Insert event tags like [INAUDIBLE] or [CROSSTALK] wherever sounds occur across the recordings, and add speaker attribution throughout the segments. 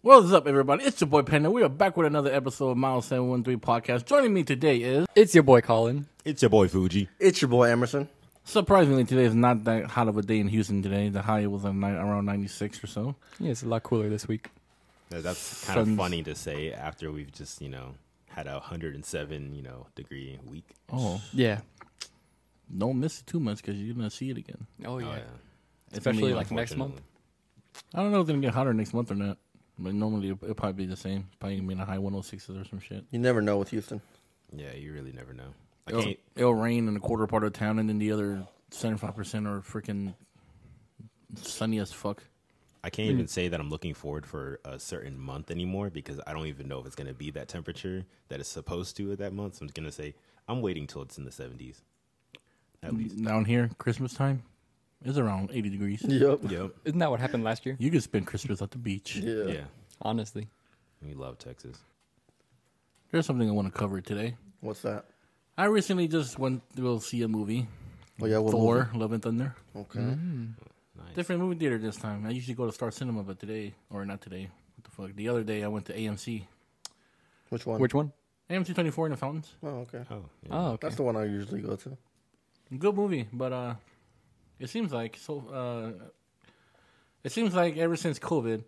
Speaker 1: What is up, everybody? It's your boy Panda. We are back with another episode of Miles 713 Podcast. Joining me today is,
Speaker 2: It's your boy Colin.
Speaker 3: It's your boy Fuji.
Speaker 4: It's your boy Emerson.
Speaker 1: surprisingly, today is not that hot of a day in Houston today. The high was a night around 96 or so.
Speaker 2: Yeah, it's a lot cooler this week.
Speaker 3: That- That's kind
Speaker 1: Suns.
Speaker 3: of funny to say after we've just you know had a 107 you know degree week.
Speaker 1: Oh,
Speaker 2: Yeah.
Speaker 1: don't miss it too much because you're going to see it again.
Speaker 2: Oh yeah.
Speaker 3: Oh, yeah.
Speaker 1: It's
Speaker 2: Especially,
Speaker 1: gonna be
Speaker 2: like, next month?
Speaker 3: Unfortunately.
Speaker 1: I don't know if it's going to get hotter next month or not. But normally it'll, it'll probably be the same. Probably going to be in the high 106s or some shit.
Speaker 4: You never know with Houston.
Speaker 3: Yeah, you really never know. I
Speaker 1: It'll,
Speaker 3: can't.
Speaker 1: it'll rain in a quarter part of town and then the other 75% are freaking sunny as fuck.
Speaker 3: I can't even say that I'm looking forward for a certain month anymore because I don't even know if it's going to be that temperature that it's supposed to at that month. So I'm going to say I'm waiting till it's in the 70s. At least.
Speaker 1: Down here, Christmas time, it's around 80 degrees.
Speaker 2: [LAUGHS]
Speaker 4: Yep.
Speaker 3: Yep.
Speaker 2: Isn't that what happened last year?
Speaker 1: You could spend Christmas at the beach.
Speaker 4: Yeah.
Speaker 3: Yeah.
Speaker 2: Honestly.
Speaker 3: We love Texas.
Speaker 1: There's something I want to cover today.
Speaker 4: What's that?
Speaker 1: I recently just went to go see a movie,
Speaker 4: Oh yeah, what
Speaker 1: Thor: Love and Thunder.
Speaker 4: movie? Okay.
Speaker 2: Mm-hmm. Mm.
Speaker 3: Nice.
Speaker 1: Different movie theater this time. I usually go to Star Cinema, but today, or not today, what the fuck? The other day I went to AMC,
Speaker 4: Which one?
Speaker 2: Which one?
Speaker 1: AMC 24 in the Fountains.
Speaker 4: Oh, okay.
Speaker 3: Oh, yeah.
Speaker 2: Oh, okay.
Speaker 4: That's the one I usually go to.
Speaker 1: Good movie, but uh, it seems like so. Uh, it seems like ever since COVID,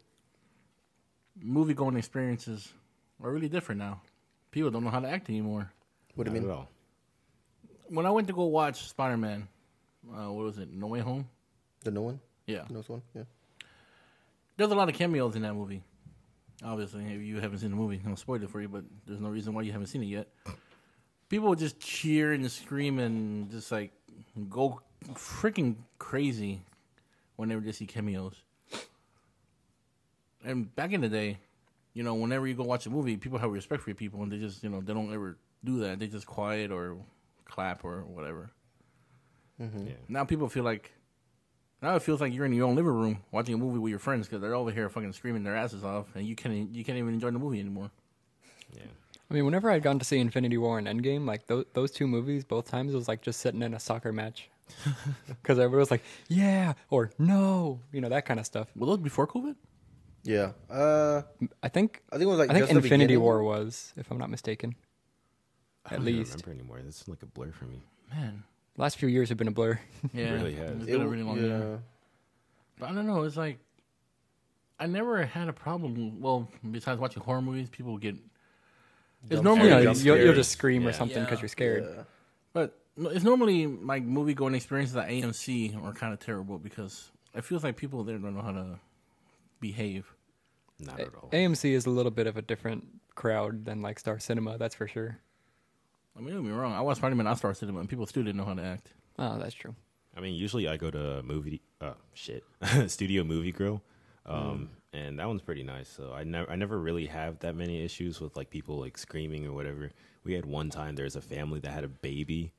Speaker 1: movie going experiences are really different now. People don't know how to act anymore.
Speaker 4: What do
Speaker 3: Not
Speaker 4: you
Speaker 3: at
Speaker 4: mean?
Speaker 3: all.
Speaker 1: When I went to go watch Spider Man, uh, what was it? No Way Home.
Speaker 4: The new one?
Speaker 1: Yeah.
Speaker 4: The newest one? Yeah.
Speaker 1: There's a lot of cameos in that movie. Obviously, if you haven't seen the movie, I'll spoil it for you, but there's no reason why you haven't seen it yet. People would just cheer and scream and just like go freaking crazy whenever they see cameos. And back in the day, you know, whenever you go watch a movie, people have respect for your people and they just, you know, they don't ever do that. They just quiet or clap or whatever.
Speaker 3: Yeah.
Speaker 1: Now people feel like now it feels like you're in your own living room watching a movie with your friends because they're over here fucking screaming their asses off, and you can't you can't even enjoy the movie anymore.
Speaker 3: Yeah.
Speaker 2: I mean, whenever I'd gone to see Infinity War and Endgame, like tho- those two movies, both times it was like just sitting in a soccer
Speaker 3: [LAUGHS]
Speaker 2: match. Because everybody was like, yeah, or no, you know, that kind of stuff.
Speaker 1: Well, those before COVID?
Speaker 4: Yeah. Uh,
Speaker 2: I think
Speaker 4: I think it was like
Speaker 2: I think
Speaker 4: just the
Speaker 2: Infinity
Speaker 4: beginning.
Speaker 2: War was, if I'm not mistaken.
Speaker 3: I
Speaker 2: At
Speaker 3: don't even
Speaker 2: least.
Speaker 3: remember anymore. This is like a blur for me.
Speaker 1: Man,
Speaker 2: Last few years have been a blur.
Speaker 1: [LAUGHS] yeah,
Speaker 3: really has.
Speaker 1: It's
Speaker 4: It,
Speaker 1: been a really long
Speaker 4: yeah.
Speaker 1: time. But I don't know. It's like I never had a problem. Well, besides watching horror movies, people get it's normally
Speaker 2: you know,
Speaker 3: Yeah,
Speaker 2: you'll,
Speaker 3: jump
Speaker 2: you'll
Speaker 3: scares.
Speaker 2: just scream or
Speaker 3: Yeah.
Speaker 2: something because
Speaker 1: Yeah.
Speaker 2: you're scared.
Speaker 4: Yeah.
Speaker 1: But no, it's normally like movie going experiences at AMC are kind of terrible because it feels like people there don't know how to behave.
Speaker 3: Not at all.
Speaker 2: AMC is a little bit of a different crowd than like Star Cinema, that's for sure.
Speaker 1: I mean, don't get me wrong. I watched Spider Man at Star Cinema, and people still didn't know how to act.
Speaker 2: Oh, that's true.
Speaker 3: I mean, usually I go to movie, uh, shit, [LAUGHS] studio movie grill, um, and that one's pretty nice. So I never, I never really have that many issues with like people like screaming or whatever. We had one time there was a family that had a baby.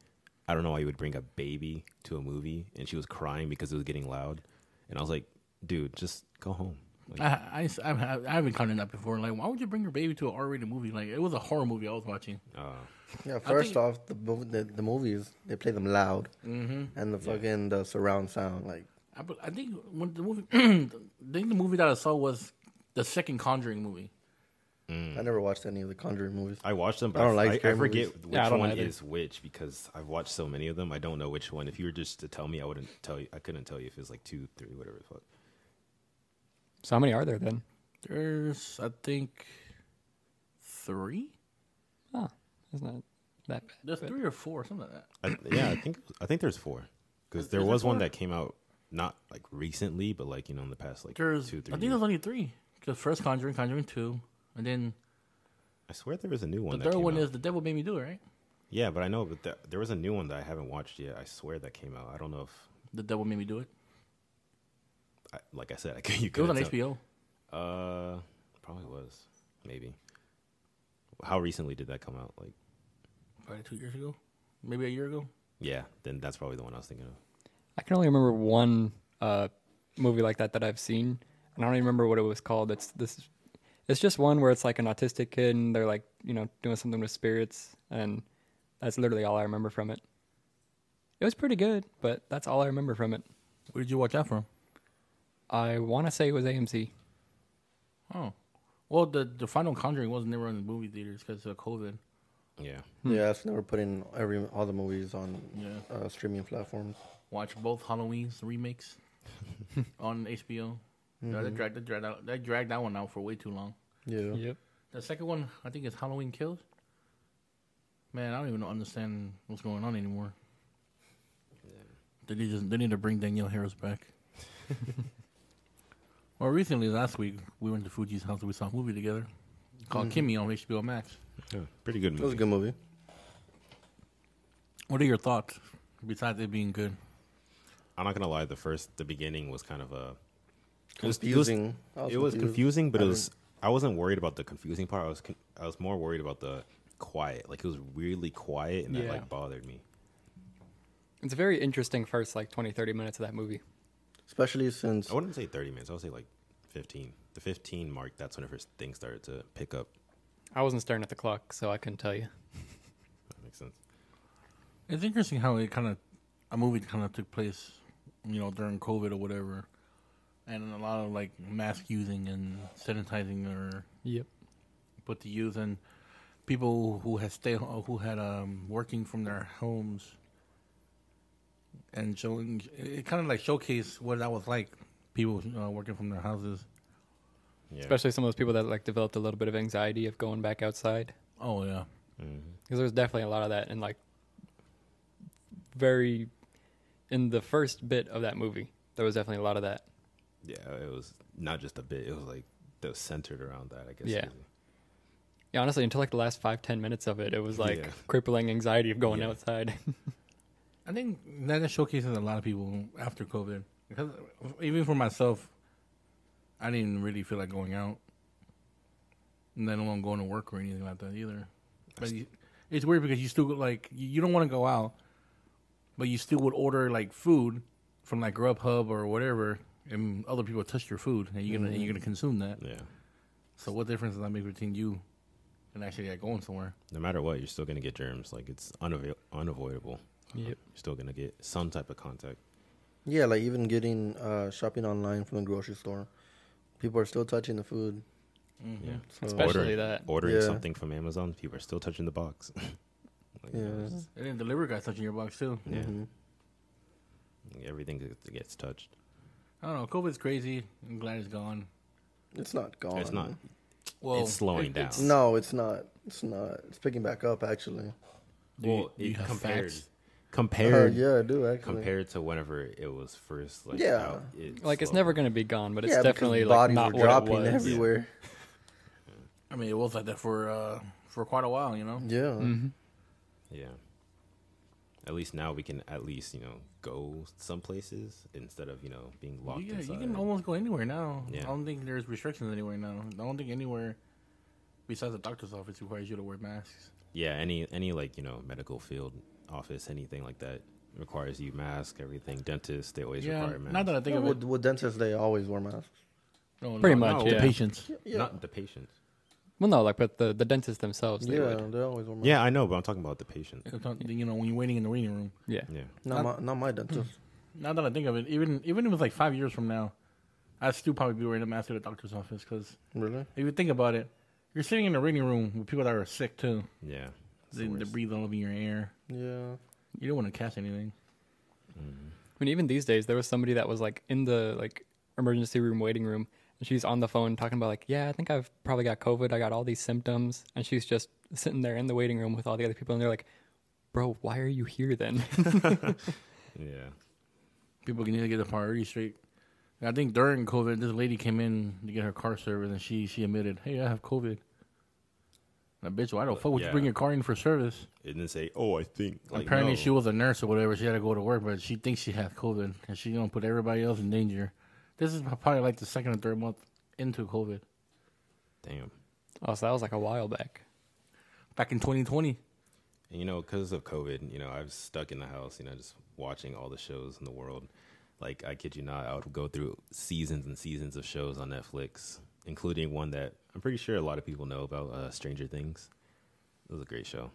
Speaker 3: I don't know why you would bring a baby to a movie, and she was crying because it was getting loud, and I was like, dude, just go home. Like,
Speaker 1: I, I, I've, had- I have encountered that before. Like, why would you bring your baby to an R-rated movie? Like, it was a horror movie I was watching.
Speaker 3: uh,
Speaker 4: Yeah. First off, the, mov- the the movies they play them loud, mm-hmm. and the fucking the surround sound like
Speaker 1: I, bu- I think when the movie, [CLEARS THROAT] I think the movie that I saw was the second Conjuring movie.
Speaker 4: I never watched any of the Conjuring movies.
Speaker 3: Mm. I watched them, but
Speaker 4: I
Speaker 3: I,
Speaker 4: don't like
Speaker 3: I- I
Speaker 4: scary
Speaker 3: forget
Speaker 4: movies.
Speaker 3: which
Speaker 2: Yeah, I don't
Speaker 3: one
Speaker 2: either.
Speaker 3: is which because I've watched so many of them. I don't know which one. If you were just to tell me, I wouldn't tell you. I couldn't tell you if it was like two, three, whatever the fuck.
Speaker 2: So how many are there then?
Speaker 1: There's, I think, three.
Speaker 2: Oh, that's not that bad.
Speaker 1: There's three or four, something like that.
Speaker 3: I, yeah, I think I think there's four because there
Speaker 1: Is there
Speaker 3: was one
Speaker 1: four?
Speaker 3: that came out not like recently, but like you know in the past like
Speaker 1: There's,
Speaker 3: two,
Speaker 1: I
Speaker 3: three.
Speaker 1: think
Speaker 3: Years.
Speaker 1: there's only three. Because first Conjuring, Conjuring two, and then
Speaker 3: I swear there was a new
Speaker 1: the
Speaker 3: one. that
Speaker 1: third
Speaker 3: came
Speaker 1: one
Speaker 3: out.
Speaker 1: is The Devil Made Me Do It, right?
Speaker 3: yeah, but I know, but th- there was a new one that I haven't watched yet. I swear that came out. I don't know if
Speaker 1: The Devil Made Me Do It.
Speaker 3: I, like I said, [LAUGHS] I could, you
Speaker 1: It was
Speaker 3: could.
Speaker 1: on HBO.
Speaker 3: Uh, probably was maybe. How recently did that come out? Like
Speaker 1: Probably two years ago, maybe a year ago.
Speaker 3: yeah, then that's probably the one I was thinking of.
Speaker 2: I can only remember one uh, movie like that that I've seen, and I don't even remember what it was called. It's this, it's just one where it's like an autistic kid and they're like you know doing something with spirits, and that's literally all I remember from it. It was pretty good, but that's all I remember from it.
Speaker 1: Where did you watch that from?
Speaker 2: I want to say it was AMC.
Speaker 1: Oh, Well, the the final Conjuring was never in the movie theaters because of COVID.
Speaker 3: Yeah.
Speaker 4: Yeah, it's never put in every all the movies on
Speaker 1: Yeah.
Speaker 4: uh, streaming platforms.
Speaker 1: Watch both Halloween's remakes on HBO. That dragged that dragged out that dragged that one out for way too long.
Speaker 4: Yeah.
Speaker 2: Yep.
Speaker 1: The second one, I think, is Halloween Kills. Man, I don't even understand what's going on anymore. They need to, they need to bring Danielle Harris back. well, recently, last week, we went to Fuji's house and we saw a movie together called Kimmy on HBO Max.
Speaker 3: Yeah, Pretty good
Speaker 4: It was
Speaker 3: movie.
Speaker 4: a good movie.
Speaker 1: What are your thoughts besides it being good?
Speaker 3: I'm not gonna lie. The first, the beginning was kind of a it was- it was-
Speaker 4: Confusing. I
Speaker 3: It was
Speaker 4: confused.
Speaker 3: confusing, but
Speaker 4: I
Speaker 3: it was. I wasn't worried about the confusing part. I was. Con- I was more worried about the quiet. Like it was really quiet, and that
Speaker 2: Yeah.
Speaker 3: like bothered me.
Speaker 2: It's a very interesting first like 20, 30 minutes of that movie.
Speaker 4: Especially since
Speaker 3: I wouldn't say 30 minutes. I would say like 15. The 15 mark. That's when the first thing started to pick up.
Speaker 2: I wasn't staring at the clock, so I couldn't tell you.
Speaker 3: That makes sense.
Speaker 1: It's interesting how it kind of a movie kind of took place, you know, during COVID or whatever, and a lot of like mask using and sanitizing or
Speaker 2: Yep.
Speaker 1: put to use and people who had stay who had um working from their homes and showing it kind of like showcased what that was like people uh, working from their houses
Speaker 3: Yeah.
Speaker 2: Especially some of those people that like developed a little bit of anxiety of going back outside.
Speaker 1: oh yeah
Speaker 3: Mm-hmm.
Speaker 2: because there's definitely a lot of that in like very in the first bit of that movie there was definitely a lot of that
Speaker 3: Yeah. It was not just a bit. It was like that was centered around that. I guess.
Speaker 2: Yeah. yeah, honestly until like the last five ten minutes of it it was like
Speaker 3: Yeah.
Speaker 2: crippling anxiety of going
Speaker 3: Yeah.
Speaker 2: outside [LAUGHS]
Speaker 1: i think that just showcases a lot of people after covid because even for myself i didn't really feel like going out and then i'm going to work or anything like that either but you, it's weird because you still go, like you you don't want to go out but you still would order like food from like Grubhub or whatever, and other people touch your food, and you're gonna and you're gonna consume that.
Speaker 3: Yeah.
Speaker 1: So what difference does that make between you and actually like, going somewhere?
Speaker 3: No matter what, you're still gonna get germs. Like it's unavo- unavoidable.
Speaker 2: Yep.
Speaker 3: You're still gonna get some type of contact.
Speaker 4: yeah, like even getting uh, shopping online from the grocery store, people are still touching the food.
Speaker 1: Mm-hmm.
Speaker 3: Yeah.
Speaker 4: So,
Speaker 2: Especially-
Speaker 3: ordering,
Speaker 2: that.
Speaker 3: Ordering
Speaker 4: Yeah.
Speaker 3: something from Amazon, people are still touching the box. [LAUGHS] like,
Speaker 4: Yeah.
Speaker 3: it's just-
Speaker 1: And then delivery guys touching your box too.
Speaker 3: yeah.
Speaker 4: Mhm.
Speaker 3: Everything gets- gets touched.
Speaker 1: I don't know. COVID's crazy. I'm glad it's gone.
Speaker 4: it's not gone.
Speaker 3: It's not.
Speaker 1: Well,
Speaker 3: it's slowing down.
Speaker 1: it's-
Speaker 4: No, it's not. It's not. It's picking back up actually.
Speaker 1: Do you-
Speaker 3: Well,
Speaker 1: do you
Speaker 3: it
Speaker 1: have
Speaker 3: compared,
Speaker 1: facts?
Speaker 4: Uh,
Speaker 3: compared,
Speaker 4: yeah, I do actually.
Speaker 3: compared to whenever it was first. Like,
Speaker 4: Yeah.
Speaker 3: out, it
Speaker 2: like it's
Speaker 3: slowed
Speaker 2: never
Speaker 3: down.
Speaker 2: going to be gone but it's
Speaker 4: yeah,
Speaker 2: definitely
Speaker 4: because
Speaker 2: like
Speaker 4: bodies
Speaker 2: not
Speaker 4: were
Speaker 2: what
Speaker 4: dropping
Speaker 2: it was
Speaker 4: everywhere.
Speaker 1: I mean, it was like that for uh, for quite a while, you know.
Speaker 4: Yeah.
Speaker 2: Mm-hmm.
Speaker 3: Yeah. At least now we can at least you know go some places instead of you know being locked
Speaker 1: Yeah,
Speaker 3: inside.
Speaker 1: you can almost go anywhere now.
Speaker 3: Yeah.
Speaker 1: I don't think there's restrictions anywhere now. I don't think anywhere besides the doctor's office requires you to wear masks.
Speaker 3: yeah, any any like you know medical field office anything like that requires you mask everything. Dentists they always
Speaker 1: Yeah,
Speaker 3: require mask.
Speaker 1: not that I think
Speaker 4: Yeah,
Speaker 1: of
Speaker 4: with,
Speaker 1: it.
Speaker 4: with dentists, they always wear masks.
Speaker 1: No,
Speaker 2: Pretty
Speaker 1: no,
Speaker 2: much,
Speaker 1: no,
Speaker 2: yeah.
Speaker 1: Patients.
Speaker 4: Yeah.
Speaker 3: Not the patients.
Speaker 2: well no like but the, the dentists themselves they
Speaker 4: yeah,
Speaker 2: would.
Speaker 4: they always wear masks.
Speaker 3: Yeah, I know, but I'm talking about the patient.
Speaker 1: It's not- [LAUGHS] You know, when you're waiting in the waiting room.
Speaker 2: yeah
Speaker 3: Yeah,
Speaker 4: Not, my, not my dentist.
Speaker 1: Now that I think of it, even even if it's like five years from now, I'd still probably be wearing a mask to the doctor's office because
Speaker 3: Hmm.
Speaker 4: really?
Speaker 1: if you think about it, you're sitting in a reading room with people that are sick too.
Speaker 3: yeah. It's
Speaker 1: They,
Speaker 3: the
Speaker 1: they
Speaker 3: worst.
Speaker 1: breathe all over your air.
Speaker 4: Yeah.
Speaker 1: You don't want to catch anything.
Speaker 2: I mean, even these days, there was somebody that was like in the like emergency room waiting room, and she's on the phone talking about like, yeah, I think I've probably got COVID. I got all these symptoms, and she's just sitting there in the waiting room with all the other people, and they're like, "Bro, why are you here then?" [LAUGHS]
Speaker 3: yeah.
Speaker 1: People can either get the priority straight. And I think during COVID, this lady came in to get her car serviced, and she she admitted, "Hey, I have COVID." Now, bitch, why the fuck would
Speaker 3: yeah.
Speaker 1: you bring your car in for service?
Speaker 3: It didn't say, oh, I think. Like,
Speaker 1: Apparently,
Speaker 3: no.
Speaker 1: she was a nurse or whatever. She had to go to work, but she thinks she had COVID, and she gonna put everybody else in danger. This is probably like the second or third month into COVID,
Speaker 3: Damn.
Speaker 2: oh, so that was like a while back.
Speaker 1: back in 2020.
Speaker 3: And, you know, because of COVID, you know, I was stuck in the house, you know, just watching all the shows in the world. Like, I kid you not, I would go through seasons and seasons of shows on Netflix, including one that I'm pretty sure a lot of people know about uh, Stranger Things. It was a great show.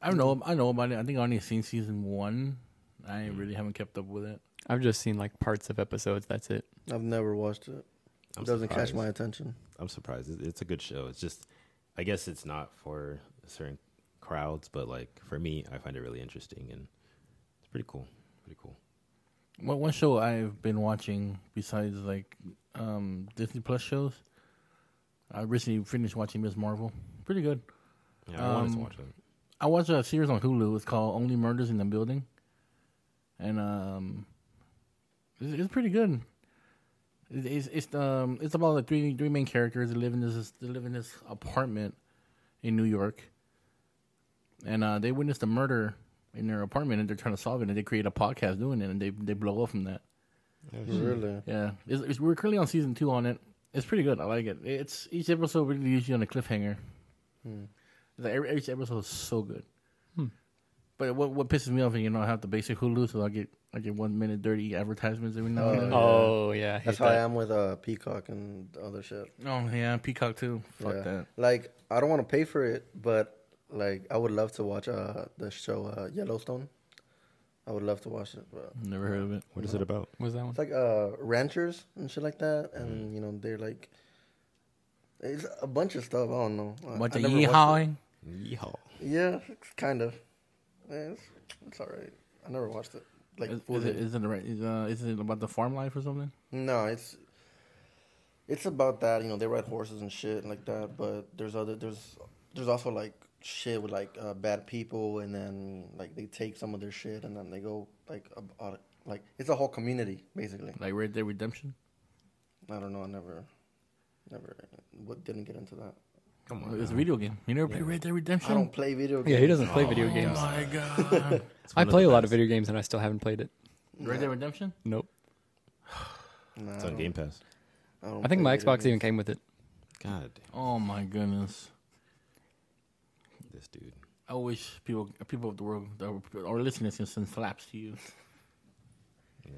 Speaker 1: I don't know. I know about it. I think I only seen season one.
Speaker 3: Mm.
Speaker 1: I really haven't kept up with it.
Speaker 2: I've just seen like parts of episodes. That's it.
Speaker 4: I've never watched it.
Speaker 3: I'm
Speaker 4: it doesn't
Speaker 3: surprised.
Speaker 4: catch my attention.
Speaker 3: I'm surprised. It- It's a good show. It's just, I guess it's not for certain crowds, but like for me, I find it really interesting and it's pretty cool. Pretty cool.
Speaker 1: What one show I've been watching besides like um, Disney Plus shows? I recently finished watching Miss Marvel. Pretty good.
Speaker 3: Yeah, I wanted to
Speaker 1: Um,
Speaker 3: watch it.
Speaker 1: I watched a series on Hulu. It's called Only Murders in the Building, and um, it's, it's pretty good. It- It's it's um it's about the three three main characters that live in this they live in this apartment in New York, and uh, they witness the murder in their apartment, and they're trying to solve it, and they create a podcast doing it, and they they blow up from that.
Speaker 3: Hmm.
Speaker 4: Really?
Speaker 1: Yeah, it's, it's, we're currently on season two on it. It's pretty good. I like it. It's each episode really leaves you on a cliffhanger.
Speaker 4: Hmm.
Speaker 1: Like, every, each episode is so good. But what what pisses me off is you know I have the basic Hulu, so I get I get one minute dirty advertisements every now and then.
Speaker 2: Oh yeah, I hate
Speaker 4: That's how I
Speaker 2: that.
Speaker 4: am with uh, Peacock and other shit.
Speaker 1: Oh yeah, Peacock too. Fuck
Speaker 4: Yeah.
Speaker 1: that.
Speaker 4: Like I don't want to pay for it, but like I would love to watch uh the show uh, Yellowstone. I would love to watch it. But
Speaker 1: Never heard of it.
Speaker 3: What is it about?
Speaker 2: What's that one?
Speaker 4: it's like uh ranchers and shit like that, and
Speaker 1: Mm-hmm.
Speaker 4: you know they're like it's a bunch of stuff. I don't know. I-
Speaker 1: Bunch
Speaker 4: I
Speaker 1: of
Speaker 4: never watched it.
Speaker 1: yeehawing.
Speaker 3: Yeehaw.
Speaker 4: Yeah, it's kind of. Yeah, It's, it's all right. I never watched it. Like
Speaker 1: Is, is
Speaker 4: fully.
Speaker 1: it is it, the right, is, uh, is it about the farm life or something?
Speaker 4: No, it's it's about that. You know, they ride horses and shit and like that. But there's other there's there's also like shit with like uh, bad people, and then like they take some of their shit, and then they go like ab- out, like it's a whole community basically.
Speaker 1: Like Red Dead Redemption?
Speaker 4: I don't know. I never never what didn't get into that.
Speaker 3: Come on.
Speaker 1: It's a video game. You never played Red Dead Redemption?
Speaker 4: I don't play video games.
Speaker 2: Yeah, he doesn't play video
Speaker 1: oh
Speaker 2: games.
Speaker 4: [LAUGHS]
Speaker 1: my god.
Speaker 2: I
Speaker 3: one of
Speaker 2: play
Speaker 3: the
Speaker 2: a lot of video games and I still haven't played it.
Speaker 1: Red Dead Redemption?
Speaker 2: Nope.
Speaker 4: Nah,
Speaker 3: It's
Speaker 4: I
Speaker 3: on
Speaker 4: don't-
Speaker 3: Game Pass.
Speaker 4: I, don't
Speaker 2: I think
Speaker 4: play
Speaker 2: my
Speaker 4: video
Speaker 2: Xbox even
Speaker 4: games.
Speaker 2: came with it.
Speaker 3: God
Speaker 1: Oh my goodness.
Speaker 3: damn, this dude.
Speaker 1: I wish people people of the world that were- our listeners can send slaps to you.
Speaker 3: Yeah.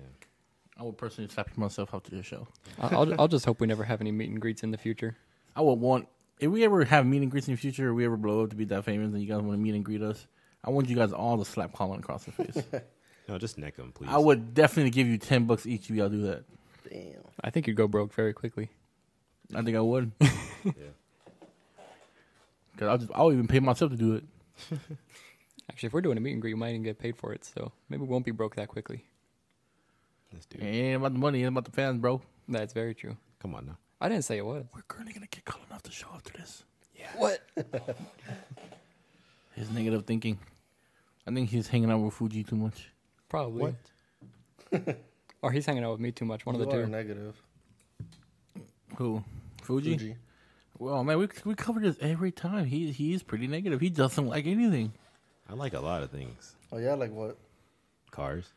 Speaker 1: I would personally slap myself after this show.
Speaker 2: I- I'll, I'll just hope we never have any meet and greets in the future.
Speaker 1: I would want if we ever have meet and greets in the future, or we ever blow up to be that famous, and you guys want to meet and greet us, I want you guys all to slap Colin across the face.
Speaker 3: No, just neck him, please.
Speaker 1: I would definitely give you ten bucks each if y'all do that.
Speaker 4: Damn.
Speaker 2: I think you'd go broke very quickly.
Speaker 1: I think I would,
Speaker 3: Yeah.
Speaker 1: cause I'll just I'll even pay myself to do it.
Speaker 2: Actually, if we're doing a meet and greet, we might even get paid for it, so maybe we won't be broke that quickly.
Speaker 3: This
Speaker 1: It
Speaker 3: dude.
Speaker 1: ain't about the money, it's about the fans, bro.
Speaker 2: That's very true.
Speaker 3: Come on now.
Speaker 2: I didn't say it was.
Speaker 1: We're currently gonna get Colin off the show after this.
Speaker 2: What?
Speaker 1: [LAUGHS] His negative thinking. I think he's hanging out with Fuji too much.
Speaker 2: Probably. [LAUGHS] or he's hanging out with me too much. One of
Speaker 4: You
Speaker 2: the
Speaker 4: are
Speaker 2: two.
Speaker 4: negative.
Speaker 1: Who? Fuji.
Speaker 4: Fuji.
Speaker 1: Well, man, we we cover this every time. He he's pretty negative. He doesn't like anything.
Speaker 3: I like a lot of things.
Speaker 4: Oh yeah,
Speaker 3: [SIGHS]
Speaker 4: like what?
Speaker 3: Cars.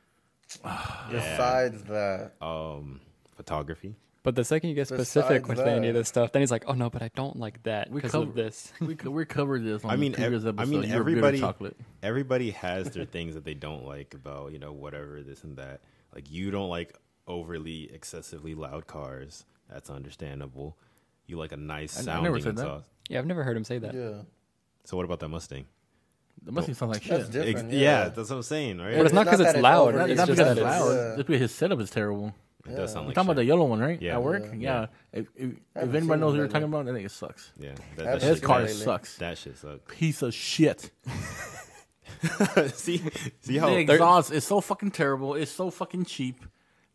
Speaker 4: Besides that,
Speaker 3: Um, photography.
Speaker 2: But the second you get
Speaker 4: Besides
Speaker 2: specific with any
Speaker 4: that-
Speaker 2: of this stuff, then he's like, "Oh no, but I don't like that
Speaker 1: We
Speaker 2: because of
Speaker 1: cover-
Speaker 2: this."
Speaker 1: We co- we covered this. On
Speaker 3: I mean,
Speaker 1: the previous
Speaker 3: ev- I
Speaker 1: episode.
Speaker 3: mean,
Speaker 1: You were bitter
Speaker 3: everybody-
Speaker 1: Chocolate.
Speaker 3: everybody has
Speaker 1: [LAUGHS]
Speaker 3: their things that they don't like about you know whatever this and that like you don't like overly excessively loud cars that's understandable you like a nice
Speaker 1: I- I
Speaker 3: sounding
Speaker 1: never said that.
Speaker 3: exhaust
Speaker 2: Yeah, I've never heard him say that.
Speaker 4: yeah,
Speaker 3: so what about that mustang
Speaker 1: The Mustang sounds like
Speaker 4: that's
Speaker 1: shit.
Speaker 3: Ex-
Speaker 4: different.
Speaker 3: yeah. that's what i'm saying right
Speaker 2: But it's not 'cause it's
Speaker 4: that
Speaker 2: loud,
Speaker 4: over-
Speaker 1: Not,
Speaker 2: It's
Speaker 1: not
Speaker 2: just
Speaker 1: because
Speaker 2: that
Speaker 1: it's
Speaker 2: it's-
Speaker 1: loud.
Speaker 4: Yeah.
Speaker 1: Just because his setup is terrible.
Speaker 3: it does sound
Speaker 1: We're
Speaker 3: like
Speaker 1: talking about the
Speaker 3: shit.
Speaker 1: yellow one, right?
Speaker 3: Yeah.
Speaker 1: At work.
Speaker 4: Yeah.
Speaker 1: Yeah. If, if, if
Speaker 4: haven't
Speaker 1: anybody
Speaker 4: seen
Speaker 1: knows
Speaker 4: it
Speaker 1: what you're
Speaker 4: lately.
Speaker 1: talking about, that nigga sucks.
Speaker 3: yeah that, that
Speaker 4: His
Speaker 1: His
Speaker 3: shit
Speaker 1: car
Speaker 4: lately.
Speaker 1: sucks.
Speaker 3: that
Speaker 1: [LAUGHS]
Speaker 3: shit sucks [LAUGHS]
Speaker 1: Piece of shit.
Speaker 3: see see how
Speaker 1: the exhaust is so fucking terrible. It's so fucking cheap.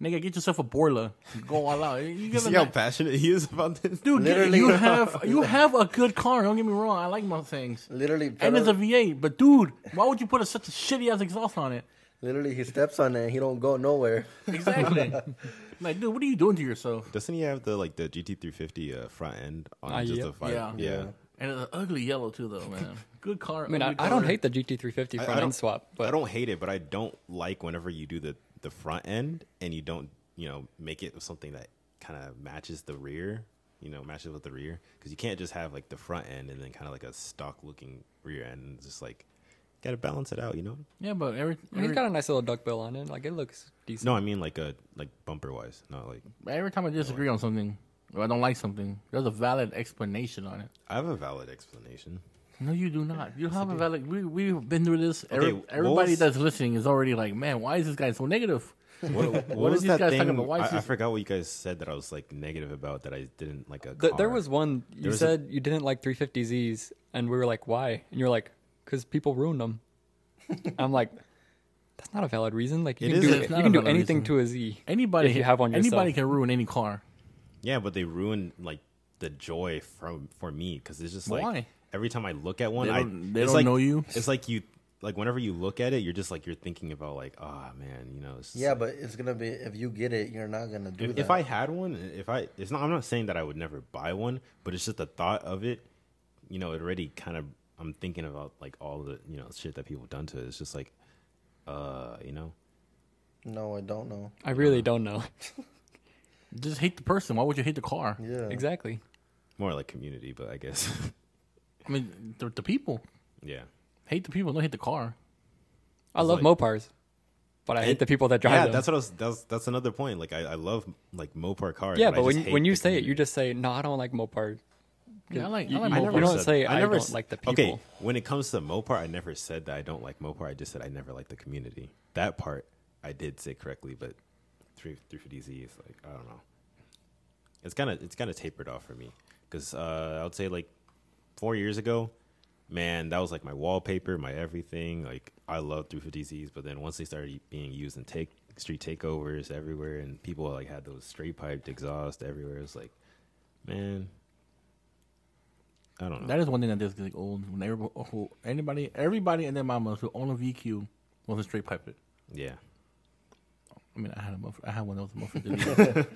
Speaker 1: Nigga, get yourself a Borla. Go all out. You
Speaker 3: you
Speaker 1: get a
Speaker 3: see how
Speaker 1: nice-
Speaker 3: passionate he is about this
Speaker 1: Dude, get-
Speaker 4: Literally.
Speaker 1: you [LAUGHS] have you have a good car. Don't get me wrong. I like my things.
Speaker 4: Literally,
Speaker 1: And it's
Speaker 4: pedal-
Speaker 1: a V8, but dude, why would you put a, such a shitty ass exhaust on it?
Speaker 4: Literally, he steps on it. and He don't
Speaker 2: [LAUGHS]
Speaker 4: go nowhere.
Speaker 1: Exactly. like, dude, what are you doing to yourself?
Speaker 3: doesn't he have the like the gt350 uh, front end on
Speaker 2: Ah,
Speaker 3: just
Speaker 2: yeah.
Speaker 3: the fire
Speaker 1: Yeah.
Speaker 3: yeah,
Speaker 1: And it's an ugly yellow too, though, man. Good car.
Speaker 2: I mean, I, I don't hate the GT350
Speaker 3: I- I
Speaker 2: front
Speaker 3: don't-
Speaker 2: end swap, but
Speaker 3: I don't hate it, but I don't like whenever you do the the front end and you don't you know make it something that kind of matches the rear, you know, matches with the rear because you can't just have like the front end and then kind of like a stock looking rear end. It's just like gotta balance it out, you know.
Speaker 1: Yeah, but every,
Speaker 2: I mean,
Speaker 1: every,
Speaker 2: he's got a nice little duck bill on it. Like it looks decent.
Speaker 3: No, I mean like a like bumper wise, not like
Speaker 1: every time I disagree on something or I don't like something, there's a valid explanation on it.
Speaker 3: I have a valid explanation.
Speaker 1: No, you do not. You have a valid. We we've been through this. Every,
Speaker 3: what
Speaker 1: everybody
Speaker 3: was-
Speaker 1: that's listening is already like, man, why is this guy so negative?
Speaker 3: What,
Speaker 1: [LAUGHS]
Speaker 3: what
Speaker 1: What
Speaker 3: was
Speaker 1: did these
Speaker 3: that
Speaker 1: guys talking
Speaker 3: thing?
Speaker 1: about? Why is
Speaker 3: I, I
Speaker 1: this-
Speaker 3: forgot what you guys said that I was like negative about that I didn't like a.
Speaker 2: Th- there
Speaker 3: car.
Speaker 2: was one you
Speaker 3: There was a-
Speaker 2: said you didn't like 350Zs, and we were like, why? And you're like, because people ruined them. I'm like, that's not a valid reason. Like you
Speaker 3: It
Speaker 2: can
Speaker 3: is.
Speaker 2: do
Speaker 3: It's
Speaker 1: not
Speaker 2: you
Speaker 1: a
Speaker 2: can do
Speaker 1: valid
Speaker 2: anything
Speaker 1: reason.
Speaker 2: to a Z.
Speaker 1: Anybody
Speaker 2: if you have one yourself.
Speaker 1: Anybody can ruin any car.
Speaker 3: Yeah, but they ruined like the joy from for me because it's just like
Speaker 1: Why?
Speaker 3: every time I look at one,
Speaker 1: They
Speaker 3: I
Speaker 1: don't- they
Speaker 3: it's
Speaker 1: don't
Speaker 3: like-
Speaker 1: know you?
Speaker 3: It's like you like whenever you look at it, you're just like you're thinking about like ah man, you know. It's just
Speaker 4: Yeah,
Speaker 3: like-
Speaker 4: but it's gonna be if you get it, you're not gonna do
Speaker 3: if,
Speaker 4: that.
Speaker 3: if I had one, if I it's not I'm not saying that I would never buy one, but it's just the thought of it, you know, it already kind of I'm thinking about like all the you know shit that people done to it. It's just like, uh, you know,
Speaker 4: no, I don't know.
Speaker 2: I really don't know
Speaker 1: Just hate the person. Why would you hate the car?
Speaker 4: Yeah,
Speaker 2: exactly.
Speaker 3: more like community, but I guess [LAUGHS]
Speaker 1: I mean, the, the people
Speaker 3: yeah.
Speaker 1: hate the people. Don't hate the car.
Speaker 2: I love
Speaker 3: like-
Speaker 2: Mopars, but I hate
Speaker 3: It-
Speaker 2: the people that drive
Speaker 3: yeah,
Speaker 2: them.
Speaker 3: that's what I was. That's that's another point. Like I, I love like Mopar cars.
Speaker 2: yeah,
Speaker 3: I
Speaker 2: but
Speaker 3: just
Speaker 2: when
Speaker 3: hate
Speaker 2: when you
Speaker 3: the
Speaker 2: say it, you
Speaker 3: community.
Speaker 2: just say no. I don't like Mopar.
Speaker 1: Yeah, I like.
Speaker 2: You-
Speaker 1: I like
Speaker 2: you-
Speaker 1: Mopar.
Speaker 2: you
Speaker 3: never
Speaker 2: don't say, "I don't
Speaker 3: s-
Speaker 2: like the
Speaker 3: Okay,
Speaker 2: people."
Speaker 3: when it comes to Mopar, I never said that I don't like Mopar. I just said I never like the community. That part I did say correctly, but three three fifty Z is like I don't know. It's kind of it's kind of tapered off for me because uh, I would say like four years ago, man, that was like my wallpaper, my everything. Like I love 350Zs, but then once they started e, being used in take street takeovers everywhere, and people like had those straight piped exhaust everywhere, it's like, man, I don't know.
Speaker 1: That is one thing that does get old. When everybody, who- anybody, everybody, and their mama who own a VQ wants to straight pipe it.
Speaker 3: yeah,
Speaker 1: I mean, I had a muff- I had one that was a muffler,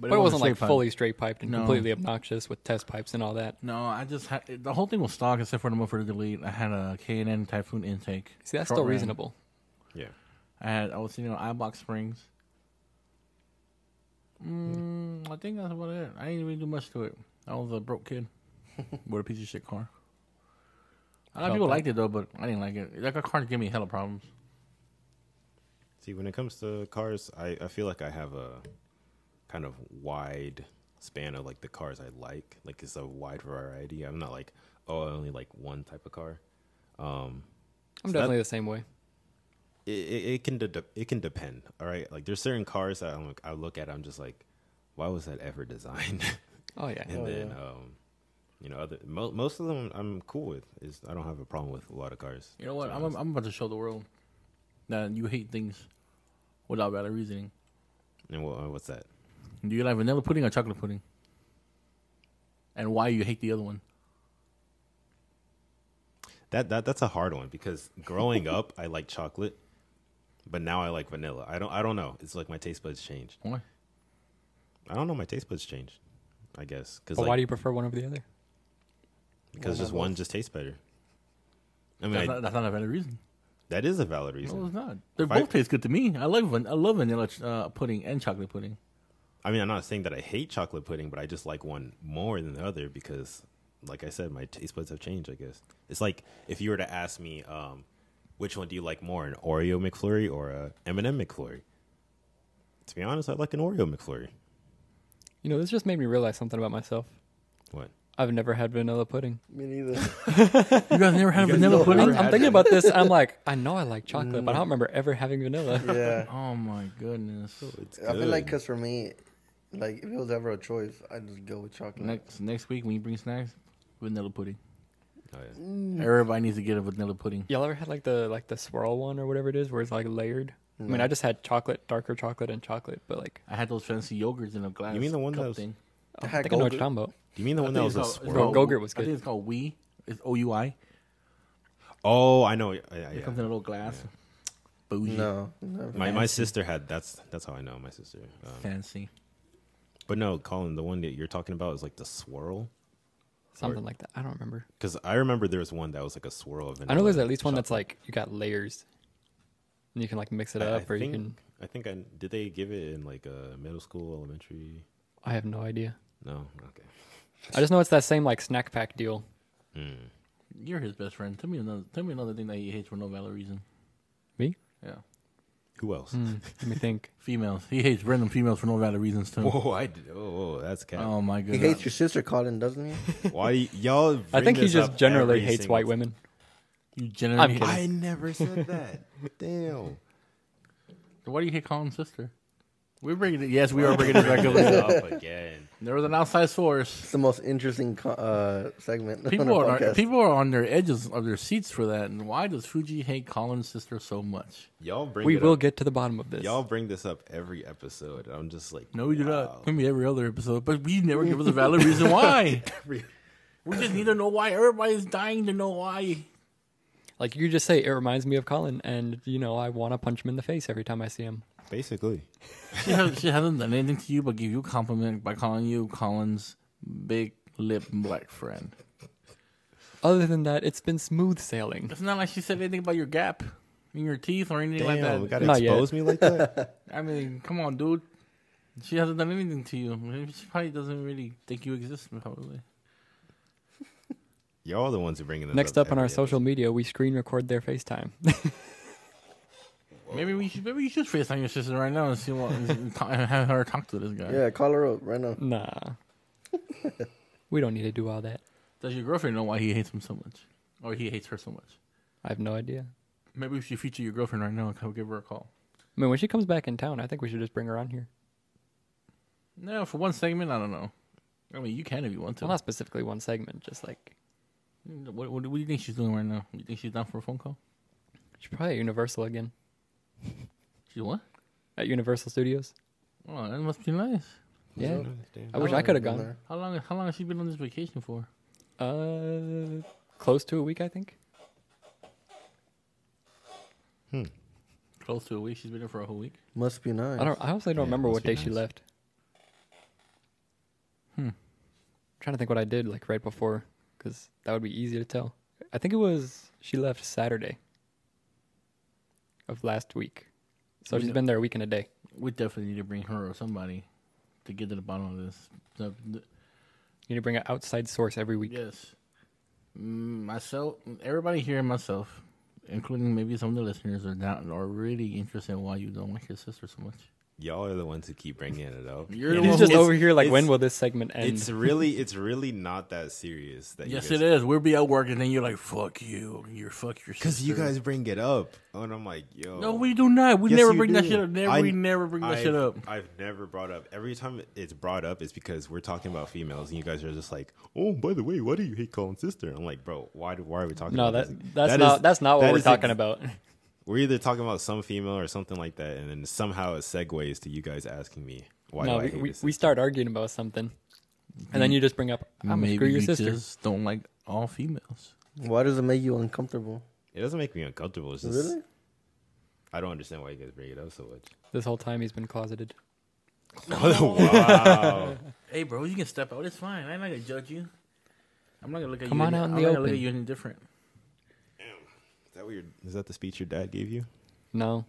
Speaker 1: but,
Speaker 2: But it wasn't like
Speaker 1: straight pipe.
Speaker 2: fully straight piped and
Speaker 1: No.
Speaker 2: completely obnoxious with test pipes and all that.
Speaker 1: No, I just had the whole thing was stock except for the muffler delete. I had a K and N Typhoon intake.
Speaker 2: See, that's
Speaker 1: short
Speaker 2: still
Speaker 1: ram.
Speaker 2: reasonable.
Speaker 3: yeah.
Speaker 1: I had I was sitting on iBlock Springs. Mm, I think that's about it. I didn't really do much to it. I was a broke [LAUGHS] kid with a piece of shit car. A lot
Speaker 2: Felt
Speaker 1: of people
Speaker 2: that.
Speaker 1: liked it though, but I didn't like it. Like a car gave me hella problems.
Speaker 3: See, when it comes to cars, I, I feel like I have a kind of wide span of like the cars I like. Like it's a wide variety. I'm not like, oh, I only like one type of car. Um,
Speaker 2: I'm
Speaker 3: So that-
Speaker 2: definitely the same way.
Speaker 3: it, it it can de- it can depend. All right, like there's certain cars that I'm, I look at. I'm just like, why was that ever designed? [LAUGHS]
Speaker 2: Oh yeah,
Speaker 3: and then, um, you know, other mo- most of them I'm cool with. Is I don't have a problem with a lot of cars.
Speaker 1: You know what?
Speaker 3: to be
Speaker 1: I'm,
Speaker 3: honest.
Speaker 1: I'm about to show the world that you hate things without valid reasoning.
Speaker 3: and what, uh, what's that?
Speaker 1: Do you like vanilla pudding or chocolate pudding? And why you hate the other one?
Speaker 3: That that that's a hard one because growing up I like chocolate, but now I like vanilla. I don't I don't know. It's like my taste buds changed.
Speaker 1: Why?
Speaker 3: I don't know. My taste buds changed. I guess because
Speaker 2: but why do you prefer one over the other?
Speaker 3: because just one just tastes better. I mean,
Speaker 1: That's,
Speaker 3: I-
Speaker 1: not, that's not a valid reason.
Speaker 3: that is a valid
Speaker 1: No,
Speaker 3: reason.
Speaker 1: it's not. They
Speaker 3: If I-
Speaker 1: both taste good to me. I love van- I love vanilla ch- uh, pudding and chocolate pudding.
Speaker 3: I mean, I'm not saying that I hate chocolate pudding, but I just like one more than the other because, like I said, my taste buds have changed. I guess it's like if you were to ask me, um, which one do you like more, an Oreo McFlurry or a M&M McFlurry? To be honest, I like an Oreo McFlurry.
Speaker 2: You know, this just made me realize something about myself.
Speaker 3: What?
Speaker 2: I've never had vanilla pudding. [LAUGHS]
Speaker 4: me neither.
Speaker 1: You guys never had
Speaker 3: guys
Speaker 1: vanilla
Speaker 3: know-
Speaker 1: pudding? Mm.
Speaker 2: I'm,
Speaker 3: Never
Speaker 2: I'm
Speaker 3: had
Speaker 2: thinking
Speaker 3: it.
Speaker 2: about this. I'm like, I know I like chocolate, but I don't remember ever having vanilla.
Speaker 4: yeah,
Speaker 1: Oh my goodness!
Speaker 3: It's
Speaker 4: I feel like
Speaker 3: good.
Speaker 4: because for me, like if it was ever a choice, I'd just go with chocolate.
Speaker 1: Next next week when you bring snacks, vanilla pudding.
Speaker 3: Oh, yeah.
Speaker 2: Mm.
Speaker 1: Everybody needs to get a vanilla pudding.
Speaker 2: Y'all ever had like the like the swirl one or whatever it is, where it's like layered? I mean, I just had chocolate, darker chocolate, and chocolate, but like,
Speaker 1: I had those fancy yogurts in a glass.
Speaker 3: You mean the one
Speaker 1: cup
Speaker 3: that was-
Speaker 1: thing.
Speaker 2: I
Speaker 4: had
Speaker 2: think I know what you're
Speaker 4: Golden.
Speaker 2: talking about.
Speaker 3: Do you mean the one
Speaker 1: I
Speaker 3: that
Speaker 1: think it's
Speaker 3: was a
Speaker 1: called- it's
Speaker 3: swirl?
Speaker 1: called-
Speaker 2: Gogurt was
Speaker 1: I
Speaker 2: good.
Speaker 1: think it's called Wii. It's O U I.
Speaker 3: Oh, I know. Yeah, yeah,
Speaker 1: It comes in a little glass. Bougie.
Speaker 4: No, never.
Speaker 3: My my sister had that's that's how I know my sister. Um,
Speaker 1: Fancy.
Speaker 3: but no, Colin, the one that you're talking about is like the swirl.
Speaker 2: Something like that. I don't remember.
Speaker 3: Because I remember there was one that was like a swirl of.
Speaker 2: I know
Speaker 3: vanilla
Speaker 2: there's at least one that's
Speaker 3: chocolate.
Speaker 2: like you got layers, and you can like mix it
Speaker 3: I- I
Speaker 2: up, or
Speaker 3: think,
Speaker 2: you can.
Speaker 3: I think I did. They give it in like uh, middle school, elementary.
Speaker 2: I have no idea.
Speaker 3: No, okay.
Speaker 2: I just know it's that same like snack pack
Speaker 3: [LAUGHS]
Speaker 2: deal.
Speaker 3: Hmm.
Speaker 1: You're his best friend. Tell me another. Tell me another thing that he hates for no valid reason.
Speaker 2: Me?
Speaker 1: Yeah.
Speaker 3: Who else?
Speaker 2: Let me think.
Speaker 1: Females. He hates random females for no valid reasons too.
Speaker 3: [LAUGHS] Whoa, I did. Oh, whoa, that's cat.
Speaker 1: Oh my
Speaker 4: He
Speaker 1: goodness.
Speaker 4: hates your sister, Colin, doesn't
Speaker 3: [LAUGHS]
Speaker 4: he?
Speaker 3: Why do y- y'all?
Speaker 2: I
Speaker 3: bring
Speaker 2: think he
Speaker 3: this
Speaker 2: just
Speaker 3: up
Speaker 2: generally
Speaker 3: every
Speaker 2: hates
Speaker 3: single
Speaker 2: white
Speaker 3: time?
Speaker 2: women.
Speaker 1: You
Speaker 2: I'm
Speaker 1: generally.
Speaker 2: [LAUGHS] kidding.
Speaker 3: I never said that. Damn.
Speaker 1: Why do you keep calling sister? We're bringing it. Yes, we are bringing it back up.
Speaker 3: [LAUGHS] Up again.
Speaker 1: There was an outside source.
Speaker 4: It's the most interesting co- uh, segment. [LAUGHS] on
Speaker 1: People
Speaker 4: our
Speaker 1: are
Speaker 4: podcast.
Speaker 1: people are on their edges of their seats for that. And why does Fuji hate Colin's sister so much?
Speaker 3: Y'all bring
Speaker 2: We
Speaker 3: it
Speaker 2: will
Speaker 3: up.
Speaker 2: get to the bottom of this.
Speaker 3: Y'all bring this up every episode. I'm just like,
Speaker 1: No, we do
Speaker 3: wow.
Speaker 1: not. Maybe every other episode, but we never give us a valid reason why. we just need to know why. Everybody's dying to know why.
Speaker 2: Like you just say, it reminds me of Colin, and you know I want to punch him in the face every time I see him.
Speaker 3: Basically,
Speaker 1: She, has, she hasn't done anything to you but give you a compliment by calling you Colin's big lip black friend.
Speaker 2: Other than that, it's been
Speaker 1: [LAUGHS]
Speaker 2: smooth sailing.
Speaker 1: It's not like she said anything about your gap in your teeth or anything like
Speaker 3: damn,
Speaker 1: that.
Speaker 3: we gotta
Speaker 2: Not yet.
Speaker 3: expose me like that.
Speaker 2: [LAUGHS]
Speaker 1: I mean, come on, dude. She hasn't done anything to you. Maybe She probably doesn't really think you exist, probably.
Speaker 3: Y'all are the ones who bring this.
Speaker 2: Next up on
Speaker 3: every
Speaker 2: our
Speaker 3: episode.
Speaker 2: social media, we screen record their FaceTime. [LAUGHS]
Speaker 1: Maybe we should. Maybe you should FaceTime your sister right now and see what and [LAUGHS] ta- and have her talk to this guy.
Speaker 4: Yeah, call her up right now.
Speaker 2: nah, we don't need to do all that.
Speaker 1: Does your girlfriend know why he hates him so much, or he hates her so much?
Speaker 2: I have no idea.
Speaker 1: Maybe we should feature your girlfriend right now and come give her a call.
Speaker 2: I mean, when she comes back in town, I think we should just bring her on here.
Speaker 1: No, for one segment, I don't know. I mean, you can if you want to.
Speaker 2: Well, not specifically one segment, just like
Speaker 1: What, what, what do you think she's doing right now? You think she's down for a phone call?
Speaker 2: she's probably at Universal again
Speaker 1: She what?
Speaker 2: at Universal Studios.
Speaker 1: Oh, that must be nice.
Speaker 2: Yeah,
Speaker 3: Damn.
Speaker 2: I wish I could have gone.
Speaker 1: How long? How long has she been on this vacation for?
Speaker 2: Uh, close to a week, I think.
Speaker 1: Close to a week. She's been there for a whole week.
Speaker 4: Must be nice.
Speaker 2: I don't. I honestly don't
Speaker 3: Yeah,
Speaker 2: remember
Speaker 3: must
Speaker 2: what
Speaker 3: be
Speaker 2: day she
Speaker 3: nice.
Speaker 2: left. Hmm. trying to think what I did like right before, because that would be easy to tell. I think it was she left Saturday of last week, so
Speaker 1: We
Speaker 2: she's
Speaker 1: know-
Speaker 2: been there a week and a day.
Speaker 1: We definitely need to bring her or somebody to get to the bottom of this. So, th-
Speaker 2: You need to bring an outside source every week.
Speaker 1: yes, Mm, myself, everybody here, and myself, including maybe some of the listeners, are down are really interested in why you don't like your sister so much.
Speaker 3: Y'all are the ones who keep bringing it up.
Speaker 1: You're the
Speaker 2: He's
Speaker 1: one
Speaker 2: just
Speaker 1: who-
Speaker 2: over here like,
Speaker 3: it's-
Speaker 2: when will this segment end?
Speaker 3: It's really, it's really not that serious. That
Speaker 1: Yes,
Speaker 3: you
Speaker 1: it is. We'll be at work, and then you're like, "Fuck you! You're fuck your
Speaker 3: Because you
Speaker 1: sister."
Speaker 3: guys bring it up, and I'm like, yo.
Speaker 1: No, we do not. We
Speaker 3: Yes,
Speaker 1: never
Speaker 3: you
Speaker 1: bring that
Speaker 3: do.
Speaker 1: shit up. Never,
Speaker 3: I-
Speaker 1: we never bring that
Speaker 3: I've-
Speaker 1: shit up.
Speaker 3: I've never brought up. Every time it's brought up, it's because we're talking about females, and you guys are just like, "Oh, by the way, why do you hate calling sister?" I'm like, "Bro, why? do- Why are we talking?"
Speaker 2: no,
Speaker 3: about
Speaker 2: that
Speaker 3: this?
Speaker 2: that's
Speaker 3: That
Speaker 2: not
Speaker 3: is-
Speaker 2: that's not what
Speaker 3: that
Speaker 2: we're
Speaker 3: is
Speaker 2: talking
Speaker 3: ex-
Speaker 2: about.
Speaker 3: We're either talking about some female or something like that, and then somehow it segues to you guys asking me [LAUGHS] why
Speaker 2: no,
Speaker 3: do I
Speaker 2: we,
Speaker 3: hate
Speaker 2: we,
Speaker 3: this Mm.
Speaker 2: we
Speaker 3: sister?
Speaker 2: start arguing about something, and then you just bring up I'm gonna
Speaker 1: Maybe
Speaker 2: screw your
Speaker 1: you
Speaker 2: sister.
Speaker 1: just don't like all females.
Speaker 4: Why does it make you uncomfortable?
Speaker 3: It doesn't make me uncomfortable. It's just
Speaker 4: Really?
Speaker 3: I don't understand why you guys bring it up so much. [LAUGHS]
Speaker 2: This whole time he's been closeted.
Speaker 3: wow.
Speaker 1: Hey, bro, you can step out. It's fine. I'm not gonna judge you. I'm not gonna look at
Speaker 2: Come
Speaker 1: you.
Speaker 2: on
Speaker 1: any-
Speaker 2: out in
Speaker 1: I'm
Speaker 2: the
Speaker 1: not gonna look
Speaker 2: open.
Speaker 1: at you any different.
Speaker 3: Is that what your, is that the speech your dad gave you?
Speaker 2: No,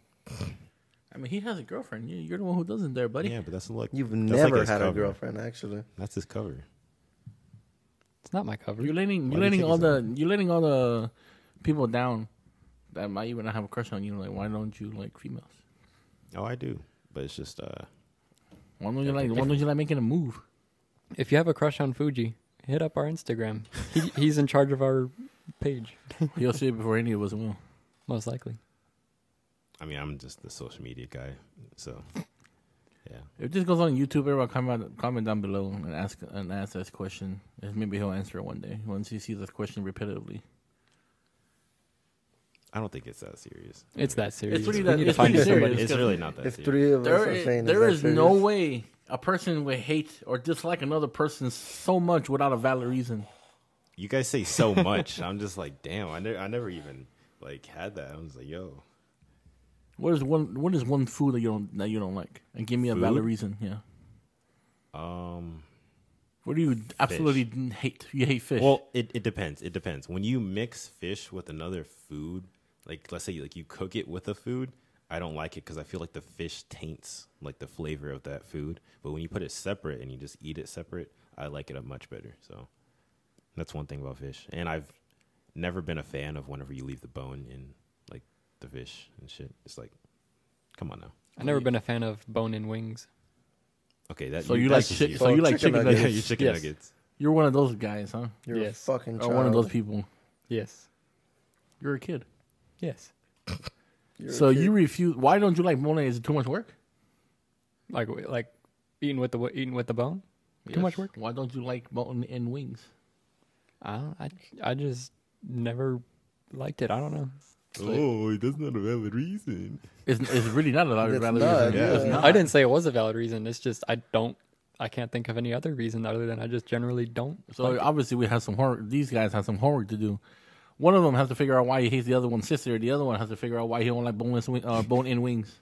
Speaker 1: I mean, he has a girlfriend. You- You're the one who doesn't, there, buddy.
Speaker 3: Yeah, but that's like
Speaker 4: You've
Speaker 3: that's like
Speaker 4: never
Speaker 3: his
Speaker 4: had a
Speaker 3: cover.
Speaker 4: girlfriend, actually.
Speaker 3: That's his cover.
Speaker 2: it's not my cover.
Speaker 1: You're letting you're
Speaker 3: Why do you
Speaker 1: letting
Speaker 3: think
Speaker 1: all
Speaker 3: he's
Speaker 1: the you're letting all the people down that might even have a crush on you. Like, why don't you like females?
Speaker 3: Oh, I do, but it's just uh,
Speaker 1: Why don't you like Why don't you like making a move?
Speaker 2: If you have a crush on Fuji, hit up our Instagram. [LAUGHS] He, he's in charge of our page,
Speaker 1: You'll see it before any of us will.
Speaker 2: most likely.
Speaker 3: I mean, I'm just the social media guy, so yeah.
Speaker 1: If this goes on YouTube, everybody comment comment down below and ask and ask this question. And maybe he'll answer it one day once he sees this question repetitively.
Speaker 3: I don't think it's that serious.
Speaker 2: It's that serious.
Speaker 1: pretty
Speaker 2: we
Speaker 1: that-
Speaker 2: need to
Speaker 1: it's
Speaker 2: find
Speaker 1: pretty
Speaker 2: somebody.
Speaker 1: serious.
Speaker 3: It's really not that
Speaker 4: If
Speaker 3: serious.
Speaker 4: three of us
Speaker 1: There,
Speaker 4: are saying
Speaker 1: there
Speaker 4: that
Speaker 1: is no
Speaker 4: serious,
Speaker 1: way a person would hate or dislike another person so much without a valid reason.
Speaker 3: You guys say so much. I'm just like, damn. I never, I never even like had that. I was like, yo,
Speaker 1: What is one? What is one food that you don't that you don't like? And give me a
Speaker 3: Food?
Speaker 1: valid reason. Yeah.
Speaker 3: um.
Speaker 1: What do you absolutely n- hate? You hate fish.
Speaker 3: Well, it, it depends. It depends. When you mix fish with another food, like let's say like you cook it with a food, I don't like it because I feel like the fish taints like the flavor of that food. But when you put it separate and you just eat it separate, I like it up much better. So that's one thing about fish. And I've never been a fan of whenever you leave the bone in like the fish and shit. It's like, come on now.
Speaker 2: I've never been a fan of bone-in wings.
Speaker 3: Okay, that
Speaker 1: so you like
Speaker 3: that's
Speaker 1: chicken?
Speaker 3: just
Speaker 1: So you like
Speaker 4: Chicken
Speaker 1: chicken nuggets?
Speaker 3: you. [LAUGHS]
Speaker 4: nuggets.
Speaker 3: yeah, your chicken
Speaker 2: Yes.
Speaker 3: nuggets.
Speaker 1: You're one of those guys, huh?
Speaker 4: You're a
Speaker 2: Yes.
Speaker 3: Oh,
Speaker 4: fucking
Speaker 1: Or
Speaker 4: child.
Speaker 1: one of those people.
Speaker 2: Yes.
Speaker 1: You're a kid.
Speaker 2: Yes.
Speaker 4: You're a
Speaker 1: So
Speaker 4: kid.
Speaker 1: you refuse? Why don't you like Monet? Is it too much work?
Speaker 2: Like like eating with the wo- eating with the bone. Too
Speaker 1: Yes.
Speaker 2: much work.
Speaker 1: Why don't you like Monet and wings?
Speaker 2: I don't, I I just never liked it. I don't know.
Speaker 3: Oh, that's not a valid reason.
Speaker 1: It's, it's really not a lot of
Speaker 4: It's
Speaker 1: valid
Speaker 4: not,
Speaker 1: reason.
Speaker 3: yeah.
Speaker 1: It's not.
Speaker 2: I didn't say it was a valid reason. It's just I don't. I can't think of any other reason other than I just generally don't.
Speaker 1: So obviously we have some homework. These guys have some homework to do. One of them has to figure out why he hates the other one's sister. The other one has to figure out why he don't like boneless wing, uh, bone in wings.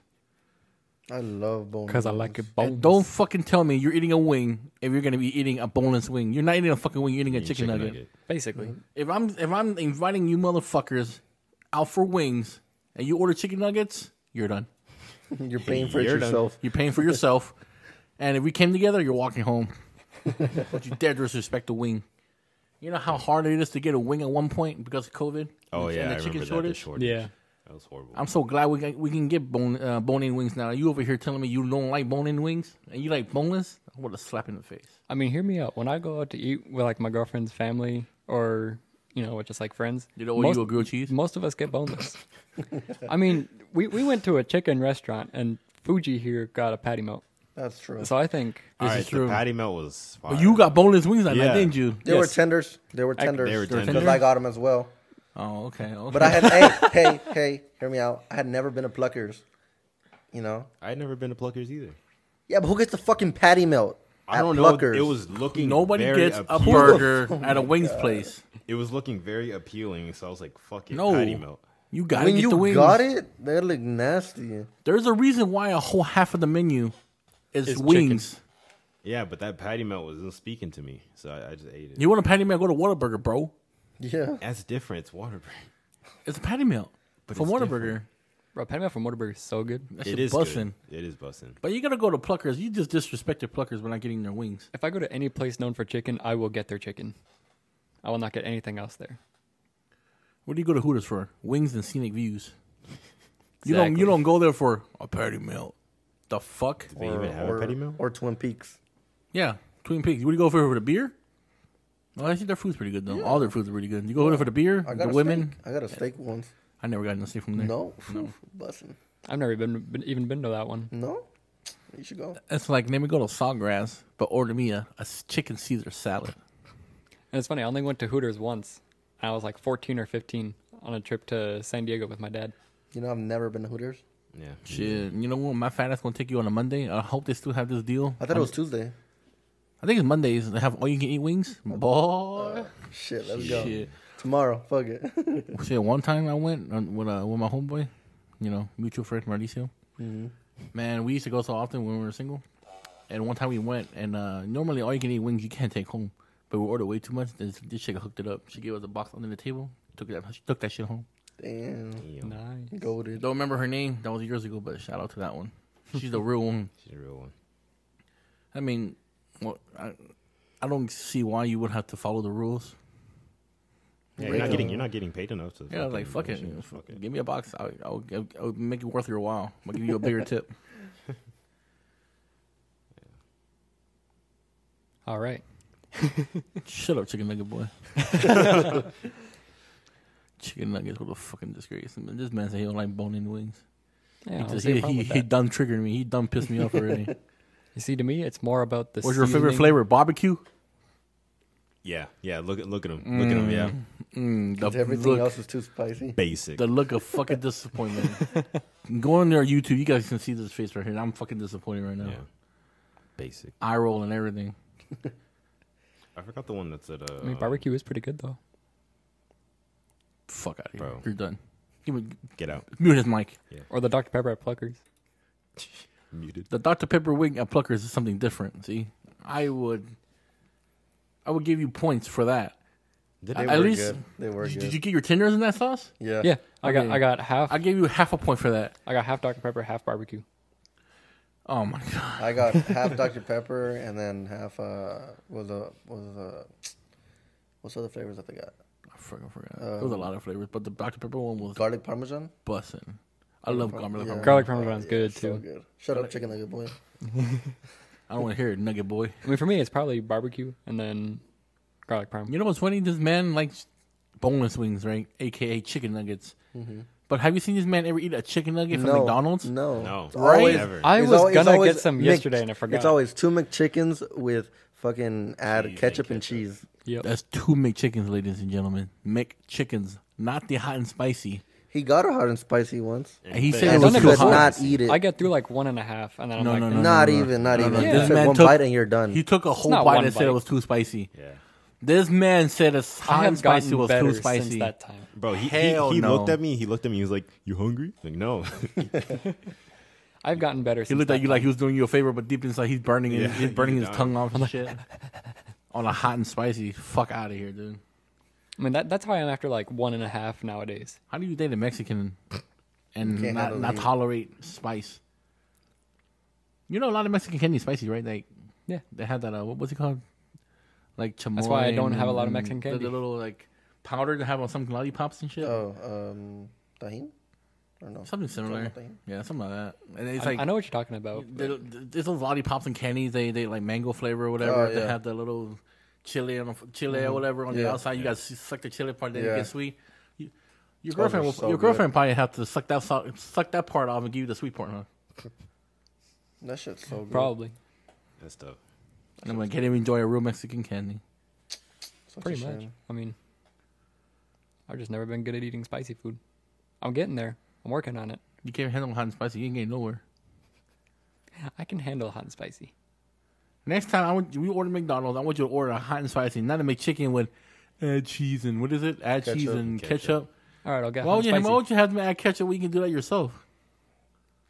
Speaker 4: I love bone.
Speaker 2: because I like it
Speaker 1: And
Speaker 2: bones.
Speaker 1: don't fucking tell me you're eating a wing if you're gonna be eating a boneless wing. You're not eating a fucking wing. You're eating a chicken, nugget.
Speaker 2: basically.
Speaker 1: If I'm if I'm inviting you motherfuckers out for wings and you order chicken nuggets, you're done.
Speaker 4: [LAUGHS] You're paying for it
Speaker 3: You're done. [LAUGHS]
Speaker 4: yourself.
Speaker 1: You're paying for yourself. and if we came together, you're walking home. But you dare disrespect the wing. You know how hard it is to get a wing at one point because of COVID.
Speaker 3: Oh
Speaker 1: and
Speaker 3: yeah,
Speaker 1: the
Speaker 3: I
Speaker 1: chicken
Speaker 3: remember that. The
Speaker 1: shortage?
Speaker 3: shortage.
Speaker 2: Yeah.
Speaker 3: that was horrible.
Speaker 1: I'm so glad we can, we can get bone uh, bone in wings now. You over here telling me you don't like bone in wings and you like boneless? What a slap in the face!
Speaker 2: I mean, hear me out. When I go out to eat with like my girlfriend's family or you know, with just like friends,
Speaker 1: You know what?
Speaker 2: most,
Speaker 1: You a grilled cheese?
Speaker 2: [LAUGHS] most of us get boneless. I mean, we, we went to a chicken restaurant and Fuji here got a patty melt.
Speaker 4: That's true.
Speaker 2: So I think
Speaker 3: All
Speaker 1: is
Speaker 3: right,
Speaker 1: true.
Speaker 3: the patty melt was. Fire.
Speaker 1: But Oh, you got boneless wings on
Speaker 3: Yeah.
Speaker 1: that, didn't you?
Speaker 4: There were
Speaker 2: Yes.
Speaker 4: tenders. There were
Speaker 2: I-
Speaker 4: tenders.
Speaker 3: They were
Speaker 1: There were
Speaker 3: tender.
Speaker 4: Because I got them as well.
Speaker 1: Oh, okay. okay.
Speaker 4: But I had
Speaker 3: [LAUGHS]
Speaker 4: hey hey hey. Hear me out. I had never been a pluckers. You know.
Speaker 3: I had never been to Pluckers either.
Speaker 4: Yeah, but who gets the fucking patty melt?
Speaker 3: I
Speaker 4: at
Speaker 3: don't know.
Speaker 4: Pluckers?
Speaker 3: It was looking.
Speaker 1: Nobody
Speaker 3: very Oh
Speaker 1: gets a
Speaker 3: appealing. [LAUGHS]
Speaker 1: burger at a wings place.
Speaker 3: It was looking very appealing, so I was like, "Fuck it,
Speaker 1: No.
Speaker 3: patty melt."
Speaker 1: You gotta
Speaker 4: when
Speaker 1: get the
Speaker 4: you
Speaker 1: wings.
Speaker 4: got it. They look nasty.
Speaker 1: There's a reason why a whole half of the menu is
Speaker 2: It's
Speaker 1: wings.
Speaker 3: Yeah, but that patty melt wasn't speaking to me, so I, I just ate it.
Speaker 1: You want a patty melt? Go to Whataburger, bro.
Speaker 4: Yeah.
Speaker 3: That's different. It's water.
Speaker 1: [LAUGHS] It's a patty melt
Speaker 3: But
Speaker 1: from
Speaker 3: it's
Speaker 1: Whataburger.
Speaker 2: bro, patty melt from Whataburger is so good.
Speaker 1: That
Speaker 3: It
Speaker 1: shit
Speaker 3: is
Speaker 1: bussin'.
Speaker 3: busting. It is busting.
Speaker 1: But you gotta go to Pluckers. You just disrespected Pluckers by not getting their wings.
Speaker 2: If I go to any place known for chicken, I will get their chicken. I will not get anything else there.
Speaker 1: What do you go to Hooters for? Wings and scenic views. You don't.
Speaker 2: Exactly.
Speaker 1: You don't go there for a patty melt. The fuck?
Speaker 3: They even have a
Speaker 4: or,
Speaker 3: patty melt.
Speaker 4: or Twin Peaks.
Speaker 1: Yeah, Twin Peaks. What do you go for for the beer? Well, I think their food's pretty good though. All their food's pretty good. You go there for the beer,
Speaker 4: I got
Speaker 1: the
Speaker 4: a
Speaker 1: women.
Speaker 4: Steak. I got a steak once.
Speaker 1: I never got nothing from there.
Speaker 4: No, [LAUGHS] no. bussin.
Speaker 2: I've never even been, even been to that one.
Speaker 4: No, you should go.
Speaker 1: It's like let me go to Sawgrass, but order me a, a s- chicken Caesar salad.
Speaker 2: And it's funny, I only went to Hooters once. I was like 14 or 15 on a trip to San Diego with my dad.
Speaker 4: You know, I've never been to Hooters.
Speaker 3: Yeah.
Speaker 1: Shit,
Speaker 4: Mm.
Speaker 1: you know what? My fat ass gonna take you on a Monday. I hope they still have this deal.
Speaker 4: I thought it was Tuesday.
Speaker 1: I think it's Mondays. They have all you can eat wings. Boy,
Speaker 4: Shit, let's go.
Speaker 1: shit.
Speaker 4: Tomorrow, fuck it. [LAUGHS]
Speaker 1: Shit, one time I went on- with uh, with my homeboy, you know, mutual friend Mauricio. Man, we used to go so often when we were single. And one time we went, and uh, normally all you can eat wings you can't take home, but we ordered way too much. This, this chick hooked it up. She gave us a box under the table. Took that, she took that shit home.
Speaker 4: Damn,
Speaker 3: Damn.
Speaker 2: Nice.
Speaker 4: goaded.
Speaker 1: Don't remember her name. That was years ago, but shout out to that one. She's the [LAUGHS] real one.
Speaker 3: She's a real one.
Speaker 1: I mean, well, I, I don't see why you would have to follow the rules.
Speaker 3: Yeah, you're not
Speaker 4: Real.
Speaker 3: getting. You're not getting paid enough to.
Speaker 1: Yeah, I was like
Speaker 3: fucking
Speaker 1: fuck it,
Speaker 3: bullshit.
Speaker 1: fuck it. Give me a box. I'll, I'll, give- I'll make it worth your while. I'll give you a bigger tip.
Speaker 2: All right.
Speaker 1: Shut up, chicken nugget boy. [LAUGHS] chicken nuggets, what a fucking disgrace! I mean, this man said he don't like bone in wings.
Speaker 2: Yeah, I
Speaker 1: he
Speaker 2: don't
Speaker 1: just,
Speaker 2: see a
Speaker 1: he,
Speaker 2: problem
Speaker 1: he,
Speaker 2: with
Speaker 1: he
Speaker 2: that.
Speaker 1: done triggered me. He done pissed me off
Speaker 2: [LAUGHS]
Speaker 1: already.
Speaker 2: You see, to me, it's more about the.
Speaker 1: What's your favorite
Speaker 2: seasoning.
Speaker 1: flavor? Barbecue.
Speaker 3: Yeah, yeah. Look at look at him. Look at him. Yeah.
Speaker 1: Mm, the
Speaker 4: Everything
Speaker 1: look,
Speaker 4: else is too spicy.
Speaker 3: Basic.
Speaker 1: the look of
Speaker 2: [LAUGHS]
Speaker 1: fucking disappointment. Go on there, YouTube. You guys can see this face right here. I'm fucking disappointed right now.
Speaker 3: Yeah. Basic.
Speaker 1: Eye roll and everything.
Speaker 3: I forgot the one that's at. Uh,
Speaker 2: I mean, barbecue is pretty good though.
Speaker 1: Fuck out of here.
Speaker 3: Bro.
Speaker 1: You're done. Give me
Speaker 3: Get out.
Speaker 1: mute his mic.
Speaker 2: Or the Dr Pepper at Pluckers.
Speaker 3: Muted.
Speaker 1: The Dr. Pepper wing at Pluckers is something different. See, I would, I would give you points for that.
Speaker 4: They
Speaker 1: At
Speaker 4: were
Speaker 1: least-
Speaker 4: good. they were
Speaker 1: Did,
Speaker 4: good.
Speaker 1: did you get your tenders in that sauce?
Speaker 4: yeah.
Speaker 2: Yeah, I got
Speaker 1: Okay.
Speaker 2: I got half
Speaker 1: I gave you half a point for that.
Speaker 2: I got half Dr Pepper, half barbecue.
Speaker 1: Oh my god!
Speaker 4: I got half Dr Pepper and then half uh was a was a what's the other flavors that they got?
Speaker 1: I fucking forgot. there
Speaker 4: Um,
Speaker 1: was a lot of flavors, but the Dr. Pepper one was
Speaker 4: Garlic Parmesan.
Speaker 1: bussin'. I love garlic.
Speaker 4: Yeah.
Speaker 1: pepper.
Speaker 2: Garlic parmesan's good,
Speaker 4: so
Speaker 2: too.
Speaker 4: good. Shut up, chicken nugget boy.
Speaker 1: I don't want to hear it, Nugget Boy.
Speaker 2: I mean, for me, it's probably barbecue and then garlic parm.
Speaker 1: You know what's funny? This man likes boneless wings, right? AKA chicken nuggets. But have you seen this man ever eat a chicken nugget from
Speaker 4: Mm-hmm. no,
Speaker 1: McDonald's?
Speaker 4: No,
Speaker 3: No.
Speaker 4: Right?
Speaker 3: Always-
Speaker 4: Never.
Speaker 2: I
Speaker 4: It's
Speaker 2: was
Speaker 4: al- it's
Speaker 2: gonna
Speaker 4: always
Speaker 2: get some
Speaker 4: Mc-
Speaker 2: yesterday and I forgot.
Speaker 4: It's always two McChickens with fucking add ketchup, and cheese.
Speaker 2: Yep.
Speaker 1: That's two McChickens, ladies and gentlemen. McChickens, not the hot and spicy.
Speaker 4: He got a hot and spicy once.
Speaker 1: And he
Speaker 3: but-
Speaker 1: said
Speaker 2: I've
Speaker 1: it
Speaker 4: And
Speaker 1: was
Speaker 2: done it
Speaker 4: he
Speaker 1: too
Speaker 4: could
Speaker 1: hot.
Speaker 2: before.
Speaker 4: not eat it.
Speaker 2: I get through like one and a half, and then I'm
Speaker 1: No,
Speaker 2: like, "Mm,
Speaker 1: no, no,
Speaker 4: not
Speaker 1: no, no.
Speaker 4: even, not
Speaker 1: No, no, no.
Speaker 4: even. He
Speaker 1: This
Speaker 4: said
Speaker 1: man
Speaker 4: one
Speaker 1: took-
Speaker 4: bite and you're done.
Speaker 1: He took a whole
Speaker 2: not
Speaker 1: bite
Speaker 2: one
Speaker 1: and said it
Speaker 2: bite.
Speaker 1: was too spicy.
Speaker 3: Yeah.
Speaker 1: This man said a
Speaker 2: I
Speaker 1: hot and
Speaker 2: have
Speaker 1: spicy
Speaker 2: gotten
Speaker 1: was
Speaker 2: better
Speaker 1: too spicy.
Speaker 2: since that time.
Speaker 3: Bro, he, he,
Speaker 1: Hell
Speaker 3: he
Speaker 1: no.
Speaker 3: looked at me. He looked at me. He was like, "You hungry?" Like, no. [LAUGHS]
Speaker 2: I've gotten better.
Speaker 1: He looked at you like he was doing you a favor, but deep inside he's burning his,
Speaker 3: Yeah,
Speaker 1: he's burning
Speaker 3: [LAUGHS] you
Speaker 1: his
Speaker 3: know.
Speaker 1: tongue off and
Speaker 2: [LAUGHS]
Speaker 1: shit. On a hot and spicy, fuck out of here, dude.
Speaker 2: I mean, that, that's how I am after like one and a half nowadays.
Speaker 1: How do you date a Mexican and
Speaker 4: Can't
Speaker 1: not,
Speaker 4: handle
Speaker 1: not
Speaker 4: the heat.
Speaker 1: tolerate spice? You know, a lot of Mexican can eat spicy, right? Like,
Speaker 2: Yeah.
Speaker 1: they have that. Uh, what, what's it called? Like chamoy.
Speaker 2: That's why I don't have a
Speaker 1: and-
Speaker 2: lot of
Speaker 1: and
Speaker 2: Mexican
Speaker 1: the-
Speaker 2: candy.
Speaker 1: The little like powder they have on some lollipops and shit.
Speaker 4: Oh, um, tahini? Or no?
Speaker 1: Something similar.
Speaker 4: Something.
Speaker 1: Yeah, something like that. And it's
Speaker 2: I,
Speaker 1: like
Speaker 2: I know what you're talking about.
Speaker 1: they- There's those lollipops and candies. They they like mango flavor or whatever.
Speaker 4: Oh,
Speaker 1: They
Speaker 4: yeah. Mm-hmm.
Speaker 1: have the little chili on the, f- chili or whatever on the
Speaker 4: Yeah.
Speaker 1: outside. You got to suck the chili part, then
Speaker 4: Yeah.
Speaker 1: it gets sweet. You, your
Speaker 4: Those are
Speaker 1: girlfriend will,
Speaker 4: so
Speaker 1: your
Speaker 4: good.
Speaker 1: girlfriend probably have to suck that so- suck that part off and give you the sweet part, huh?
Speaker 4: That shit's so good.
Speaker 2: Probably.
Speaker 3: That's tough.
Speaker 1: And I'm like, can't even enjoy a real Mexican candy.
Speaker 4: Such a
Speaker 2: Pretty much.
Speaker 4: shame.
Speaker 2: I mean, I've just never been good at eating spicy food. I'm getting there. I'm working on it.
Speaker 1: You can't handle hot and spicy. You ain't getting nowhere.
Speaker 2: I can handle hot and spicy.
Speaker 1: Next time I want you- we order McDonald's, I want you to order a hot and spicy, not a McChicken with add cheese and what is it? Add cheese
Speaker 4: Ketchup.
Speaker 1: and ketchup.
Speaker 3: Ketchup.
Speaker 2: All right, I'll get
Speaker 1: Why
Speaker 2: hot
Speaker 1: would you?
Speaker 2: and
Speaker 1: Why
Speaker 2: spicy
Speaker 1: would you have them add ketchup? when you can do that yourself.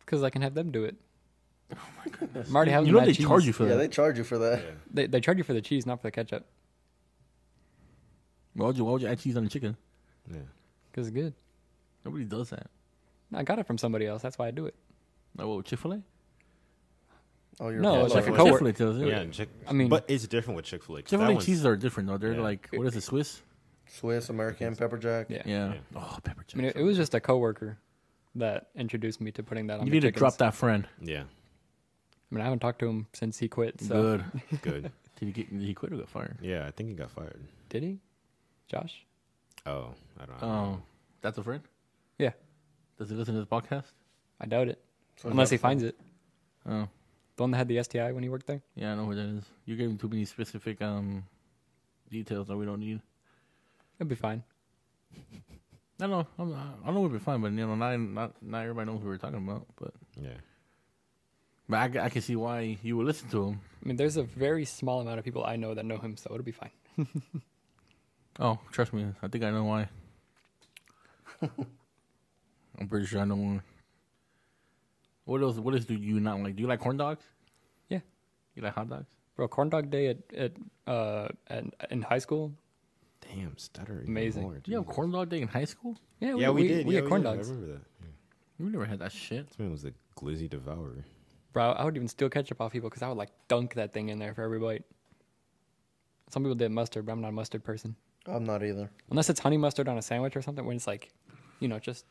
Speaker 2: because I can have them do it. Oh my goodness! I'm already having
Speaker 1: You know
Speaker 2: that
Speaker 1: they
Speaker 2: cheese.
Speaker 1: charge you for
Speaker 4: Yeah,
Speaker 1: that.
Speaker 4: they charge you for that.
Speaker 2: They, they charge you for the cheese, not for the ketchup,
Speaker 1: Why would you? Why would you add cheese on the chicken?
Speaker 3: Yeah.
Speaker 2: because it's good.
Speaker 1: Nobody does that.
Speaker 2: I got it from somebody else. That's why I do it.
Speaker 1: Like, what, Chick fil A?
Speaker 4: Oh, you're
Speaker 2: No,
Speaker 4: right.
Speaker 2: it's like a
Speaker 3: Chick-fil-A.
Speaker 1: Chick
Speaker 2: coworker.
Speaker 1: fil A does it.
Speaker 3: Yeah. Chick-
Speaker 2: I mean-
Speaker 3: but it's different with Chick Fil A.
Speaker 1: Chick fil A cheeses are different, though. They're
Speaker 3: Yeah.
Speaker 1: like, what is it, Swiss?
Speaker 4: Swiss, American, pepper jack.
Speaker 2: Yeah.
Speaker 1: Yeah.
Speaker 3: Yeah.
Speaker 1: Oh, pepper jack.
Speaker 2: I mean, it, it was just a coworker that introduced me to putting that on.
Speaker 1: you
Speaker 2: my
Speaker 1: need to
Speaker 2: chickens.
Speaker 1: drop that friend.
Speaker 3: Yeah.
Speaker 2: I mean, I haven't talked to him since he quit. So
Speaker 1: Good.
Speaker 3: Good. [LAUGHS]
Speaker 1: Did he, get, did he quit or got fired?
Speaker 3: Yeah. I think he got fired.
Speaker 2: did he? Josh?
Speaker 3: Oh, I don't know.
Speaker 1: Oh, that's a friend?
Speaker 2: Yeah,
Speaker 1: Does he listen to this podcast?
Speaker 2: I doubt it.
Speaker 4: So
Speaker 2: Unless he
Speaker 4: that's fine.
Speaker 2: finds it.
Speaker 1: Oh,
Speaker 2: The one that had the STI when he worked there.
Speaker 1: yeah, I know who that is. You gave him too many specific um details that we don't need.
Speaker 2: It'll be fine.
Speaker 1: I know. I'm, I know we'll be fine, but you know, not not not everybody knows who we're talking about. But
Speaker 3: Yeah.
Speaker 1: but I, ca- I can see why you would listen to him.
Speaker 2: I mean, there's a very small amount of people I know that know him, so it'll be fine.
Speaker 1: Oh, trust me, I think I know
Speaker 2: [LAUGHS]
Speaker 1: why. I'm pretty sure I know why. What else? What else do you not like? Do you like corn dogs?
Speaker 2: Yeah.
Speaker 1: You like hot dogs?
Speaker 2: Bro, corn dog day at, at, uh, at in high school.
Speaker 3: Damn, stuttering.
Speaker 2: Amazing.
Speaker 1: Do you have corn dog day in high school?
Speaker 2: Yeah,
Speaker 3: Yeah, we, did.
Speaker 2: We
Speaker 3: yeah,
Speaker 2: had corn
Speaker 3: did.
Speaker 2: dogs.
Speaker 3: I remember that. Yeah.
Speaker 1: We never had that shit.
Speaker 3: This man was a glizzy devourer.
Speaker 2: Bro, I would even steal ketchup off people because I would like dunk that thing in there for every bite. Some people did mustard, but I'm not a mustard person.
Speaker 4: I'm not either.
Speaker 2: Unless it's honey mustard on a sandwich or something, when it's like, you know, just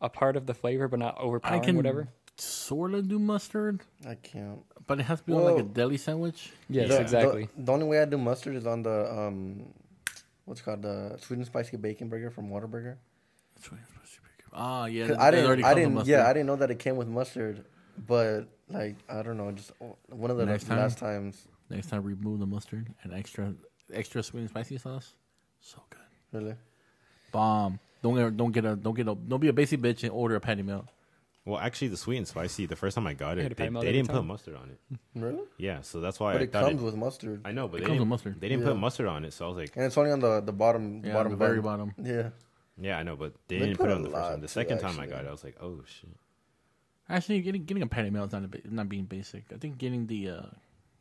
Speaker 2: a part of the flavor, but not
Speaker 1: I
Speaker 2: overpowering
Speaker 1: can
Speaker 2: whatever.
Speaker 1: sort of do mustard,
Speaker 4: I can't.
Speaker 1: but it has to be on like a
Speaker 4: Well-
Speaker 1: deli sandwich.
Speaker 2: Yes,
Speaker 3: Yeah.
Speaker 2: exactly.
Speaker 4: The, the only way I do mustard is on the um, what's it called the sweet and spicy bacon burger from Whataburger.
Speaker 1: That's right, it's supposed to be good. Ah, yeah.
Speaker 4: 'Cause
Speaker 1: it-
Speaker 4: I
Speaker 1: it
Speaker 4: didn't,
Speaker 1: already
Speaker 4: I
Speaker 1: comes with
Speaker 4: didn't,
Speaker 1: mustard.
Speaker 4: yeah, I didn't know that it came with mustard, but like I don't know, just oh, one of the
Speaker 1: Next time?
Speaker 4: last times,
Speaker 1: Next time, remove the mustard and extra, extra sweet and spicy sauce. So good.
Speaker 4: really.
Speaker 1: Bomb. Don't get, don't get a don't get a don't be a basic bitch and order a patty melt.
Speaker 3: Well, actually, the sweet and spicy. The first time I got
Speaker 2: I had to
Speaker 3: it, they,
Speaker 2: pay him out
Speaker 3: they
Speaker 2: every
Speaker 3: didn't put
Speaker 2: time.
Speaker 3: mustard on it.
Speaker 4: Really?
Speaker 3: Yeah, so that's why
Speaker 4: But
Speaker 3: I
Speaker 4: it
Speaker 3: thought
Speaker 4: comes
Speaker 3: it,
Speaker 4: with mustard.
Speaker 3: I know, but
Speaker 1: It
Speaker 3: they
Speaker 1: comes with
Speaker 3: didn't,
Speaker 1: mustard.
Speaker 3: they didn't
Speaker 4: Yeah.
Speaker 3: put mustard on it. So I was like,
Speaker 4: And it's only on the the bottom
Speaker 1: Yeah,
Speaker 4: bottom
Speaker 1: the very
Speaker 4: bun.
Speaker 1: bottom.
Speaker 4: Yeah.
Speaker 3: yeah, I know, but they,
Speaker 4: They
Speaker 3: didn't
Speaker 4: put
Speaker 3: put it
Speaker 4: a
Speaker 3: on the first
Speaker 4: lot
Speaker 3: time.
Speaker 4: too,
Speaker 3: The second time I
Speaker 4: actually.
Speaker 3: got it, I was like, oh shit.
Speaker 1: Actually, getting getting a patty melt is not a, bi- not being basic. I think getting the uh,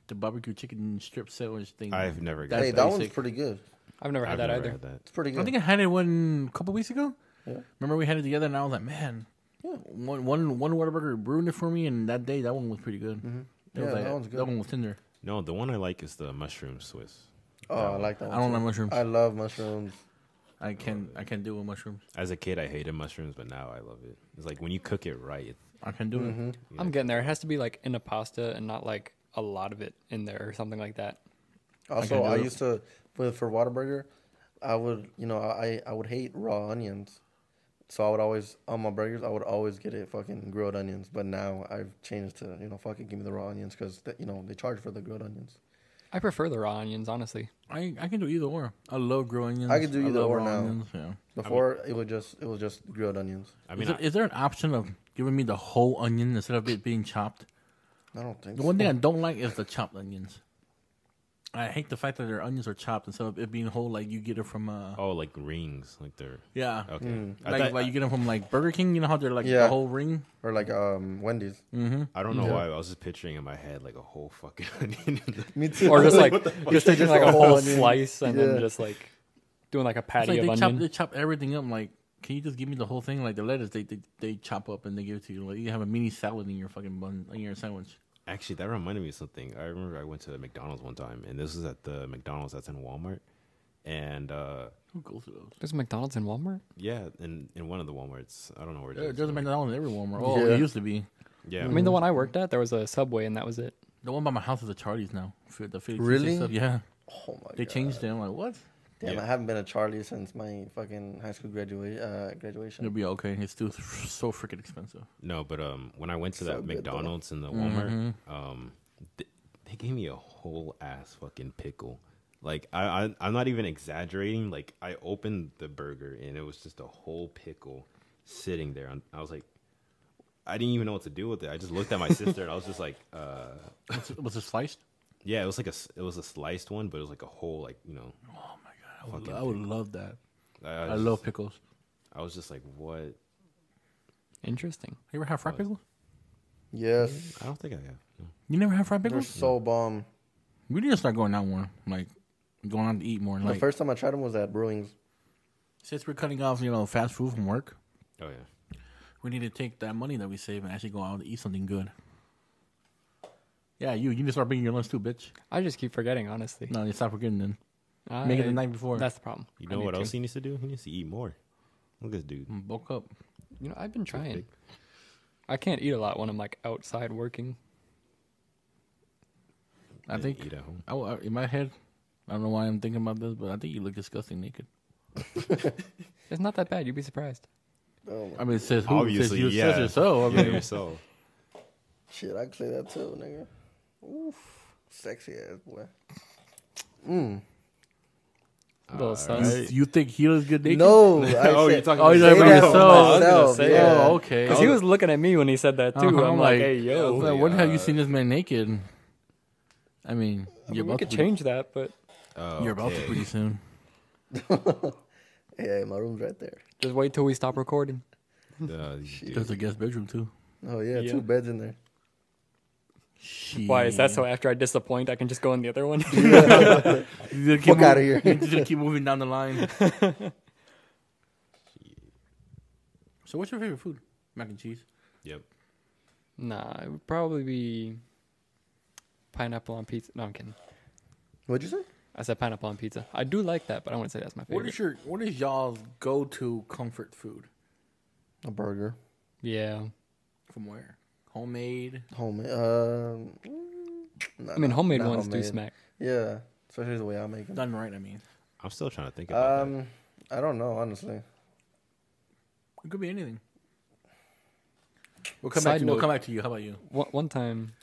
Speaker 1: the barbecue chicken strip sandwich thing.
Speaker 3: I've never got
Speaker 1: That's
Speaker 4: Hey, that one's
Speaker 1: basic.
Speaker 4: pretty good.
Speaker 2: I've never had
Speaker 3: I've
Speaker 2: that
Speaker 3: never
Speaker 2: either.
Speaker 3: had that.
Speaker 4: It's pretty good.
Speaker 1: I think I had it one a couple weeks ago.
Speaker 4: Yeah.
Speaker 1: Remember we had it together, and I was like, man, one one one Whataburger ruined it for me, and that day that one was pretty good. That was
Speaker 4: Mm-hmm. Yeah,
Speaker 1: like-
Speaker 4: that one's good.
Speaker 1: That one was tender.
Speaker 3: No, the one I like is the mushroom Swiss.
Speaker 4: oh, I like that.
Speaker 1: I
Speaker 4: One
Speaker 1: don't
Speaker 4: too.
Speaker 1: like mushrooms.
Speaker 4: I love mushrooms.
Speaker 1: I can I can do with mushrooms.
Speaker 3: As a kid, I hated mushrooms, but now I love it. It's like when you cook it right. It's,
Speaker 1: I can do
Speaker 4: Mm-hmm.
Speaker 1: it.
Speaker 2: I'm getting there. It has to be like in a pasta and not like a lot of it in there or something like that.
Speaker 4: Also,
Speaker 1: do
Speaker 4: I,
Speaker 1: it.
Speaker 4: used to for for Whataburger, I would you know I I would hate raw onions, So I would always on my burgers, I would always get it fucking grilled onions. But now I've changed to you know fucking give me the raw onions because you know they charge for the grilled onions.
Speaker 2: I prefer the raw onions, honestly.
Speaker 1: I I can do either or. I love growing onions.
Speaker 4: I can do either
Speaker 1: love
Speaker 4: or
Speaker 1: raw
Speaker 4: now.
Speaker 1: onions, Yeah.
Speaker 4: Before it was just it was just grilled onions.
Speaker 3: I mean,
Speaker 1: is, there, is there an option of giving me the whole onion instead of it being chopped?
Speaker 4: I don't think.
Speaker 1: The one
Speaker 4: so.
Speaker 1: thing I don't like is the chopped onions. I hate the fact that their onions are chopped instead of it being whole, like you get it from. Uh,
Speaker 3: I- oh, like rings, like they're
Speaker 1: Yeah.
Speaker 3: okay.
Speaker 4: Hmm.
Speaker 3: I,
Speaker 1: Like,
Speaker 3: thought-
Speaker 1: like you get them from like Burger King. You know how they're like
Speaker 4: Yeah.
Speaker 1: the whole ring.
Speaker 4: or like um Wendy's.
Speaker 1: Mm.
Speaker 3: I don't know why. but I was just picturing in my head like a whole fucking [LAUGHS] onion.
Speaker 4: Me too.
Speaker 2: [LAUGHS] Or just like just taking
Speaker 4: Just
Speaker 2: like
Speaker 3: [LAUGHS]
Speaker 4: a
Speaker 2: a [LAUGHS]
Speaker 4: whole
Speaker 2: whole
Speaker 4: onion.
Speaker 2: slice and
Speaker 4: Yeah.
Speaker 2: then just like doing like a
Speaker 1: It's
Speaker 2: patty
Speaker 1: like
Speaker 2: of
Speaker 1: they chop,
Speaker 2: onion.
Speaker 1: they chop everything up. Like, can you just give me the whole thing? Like the lettuce, they they, they chop up and they give it to you. Like you have a mini salad in your fucking bun in your sandwich.
Speaker 3: Actually, that reminded me of something. I remember I went to McDonald's one time, and this was at the McDonald's that's in Walmart, and uh,
Speaker 1: Who goes to those?
Speaker 2: There's McDonald's and Walmart.
Speaker 3: yeah, in in one of the WalMarts, I don't know where it
Speaker 1: There-
Speaker 3: is.
Speaker 1: There's a McDonald's in every Walmart. Oh,
Speaker 4: Yeah.
Speaker 1: it used to be.
Speaker 3: Yeah,
Speaker 2: I mean, the
Speaker 1: Mm-hmm.
Speaker 2: one I worked at, there was a Subway, and that was it.
Speaker 1: The one by my house is a Charlie's now. For the Felix
Speaker 4: Really?
Speaker 1: Stuff. Yeah.
Speaker 4: Oh my
Speaker 1: They
Speaker 4: god.
Speaker 1: changed them. Like what?
Speaker 4: Damn,
Speaker 3: Yeah.
Speaker 4: I haven't been a Charlie since my fucking high school gradua- uh, graduation.
Speaker 1: It'll be okay. It's still f- so freaking expensive.
Speaker 3: No, but um, when I went to
Speaker 4: So
Speaker 3: that
Speaker 4: good, though.
Speaker 3: McDonald's in the
Speaker 1: Mm-hmm.
Speaker 3: Walmart, um, th- they gave me a whole ass fucking pickle. Like I, I, I'm not even exaggerating. Like I opened the burger and it was just a whole pickle sitting there. And I was like, I didn't even know what to do with it. I just looked at my sister and I was just like, uh,
Speaker 1: Was- Was it sliced?
Speaker 3: yeah, it was like a, s- it was a sliced one, but it was like a whole, like you know,
Speaker 1: Oh my god! I would,
Speaker 3: Fucking
Speaker 1: I would love that.
Speaker 3: I,
Speaker 1: I
Speaker 3: was
Speaker 1: love
Speaker 3: just-
Speaker 1: pickles.
Speaker 3: I was just like, what?
Speaker 2: Interesting.
Speaker 1: You ever have fried pickles?
Speaker 4: Yes,
Speaker 3: I don't think I have. No.
Speaker 1: You never have fried
Speaker 4: they're
Speaker 1: pickles?
Speaker 4: so bomb.
Speaker 1: We need to start going out more. Like going out to eat more.
Speaker 4: the
Speaker 1: Like
Speaker 4: first time I tried them was at Brewing's.
Speaker 1: since we're cutting off, you know, fast food from work,
Speaker 3: Oh yeah,
Speaker 1: we need to take that money that we save and actually go out and eat something good. Yeah, you. You need to start bringing your lunch too, bitch.
Speaker 2: I just keep forgetting, honestly.
Speaker 1: No, you stop forgetting then.
Speaker 2: I,
Speaker 1: Make it the night before.
Speaker 2: That's the problem.
Speaker 3: you
Speaker 2: I
Speaker 3: know
Speaker 2: need
Speaker 3: what
Speaker 2: to.
Speaker 3: else he needs to do? He needs to eat more. Look at this dude.
Speaker 1: Bulk up.
Speaker 2: You know, I've been trying. I can't eat a lot when I'm like outside working.
Speaker 1: I
Speaker 3: Yeah,
Speaker 1: think.
Speaker 3: eat at home.
Speaker 1: I, w- I- in my head, I don't know why I'm thinking about this, but I think you look disgusting naked.
Speaker 2: It's not that bad. You'd be surprised.
Speaker 4: Oh my
Speaker 1: I mean, it says who? It says
Speaker 3: Obviously,
Speaker 1: you, it
Speaker 3: yeah.
Speaker 1: says yourself. I
Speaker 3: Yeah,
Speaker 1: mean,
Speaker 3: yourself.
Speaker 4: shit, I could say that too, nigga. Oof, sexy ass boy. Mm.
Speaker 2: A little sus.
Speaker 1: you, you think he looks good naked?
Speaker 4: No, I
Speaker 3: Oh, you're
Speaker 4: said-
Speaker 3: talking
Speaker 1: Oh, you're
Speaker 4: Say
Speaker 1: talking
Speaker 4: that
Speaker 1: about
Speaker 4: for
Speaker 1: yourself.
Speaker 4: myself,
Speaker 3: I was gonna say,
Speaker 4: yeah.
Speaker 1: Oh, okay.
Speaker 2: Because he was looking at me when he said that too.
Speaker 1: Uh-huh,
Speaker 2: I'm like, hey,
Speaker 1: I
Speaker 2: yo.
Speaker 1: was like, when have you seen this man naked? I mean,
Speaker 2: I
Speaker 1: you're
Speaker 2: mean, we
Speaker 1: about
Speaker 2: could
Speaker 1: to
Speaker 2: change that, but
Speaker 1: [LAUGHS]
Speaker 3: Oh,
Speaker 1: You're about to
Speaker 3: okay.
Speaker 1: pretty soon.
Speaker 4: [LAUGHS] Yeah, my room's right there.
Speaker 2: just wait till we stop recording.
Speaker 3: Uh,
Speaker 1: [LAUGHS] There's
Speaker 3: dude,
Speaker 1: a guest bedroom too.
Speaker 4: Oh yeah,
Speaker 2: Yeah.
Speaker 4: two beds in there.
Speaker 2: Why is that so?
Speaker 1: Shit.
Speaker 2: After I disappoint, I can just go in the other one.
Speaker 1: You just
Speaker 4: Fuck
Speaker 1: keep [LAUGHS]
Speaker 4: outta
Speaker 1: moving-
Speaker 4: here.
Speaker 1: You just gonna keep moving down the line. [LAUGHS] so, what's your favorite food? Mac and cheese.
Speaker 3: yep.
Speaker 2: nah, it would probably be pineapple on pizza. No, I'm kidding.
Speaker 4: What'd you say?
Speaker 2: I said pineapple on pizza. I do like that, but I wouldn't say that's my favorite.
Speaker 1: What is your What is y'all's go to comfort food?
Speaker 4: A burger,
Speaker 2: yeah.
Speaker 1: From where? Homemade.
Speaker 4: homemade. Um,
Speaker 1: Uh,
Speaker 2: I mean, homemade ones do smack.
Speaker 4: Yeah, especially the way I make them.
Speaker 1: Done right, I mean.
Speaker 3: I'm still trying to think about that.
Speaker 4: Um, I don't know honestly.
Speaker 1: It could be anything. We'll come,
Speaker 2: Side
Speaker 1: back to, we'll
Speaker 2: note.
Speaker 1: come back to you. How about you?
Speaker 2: One, one time,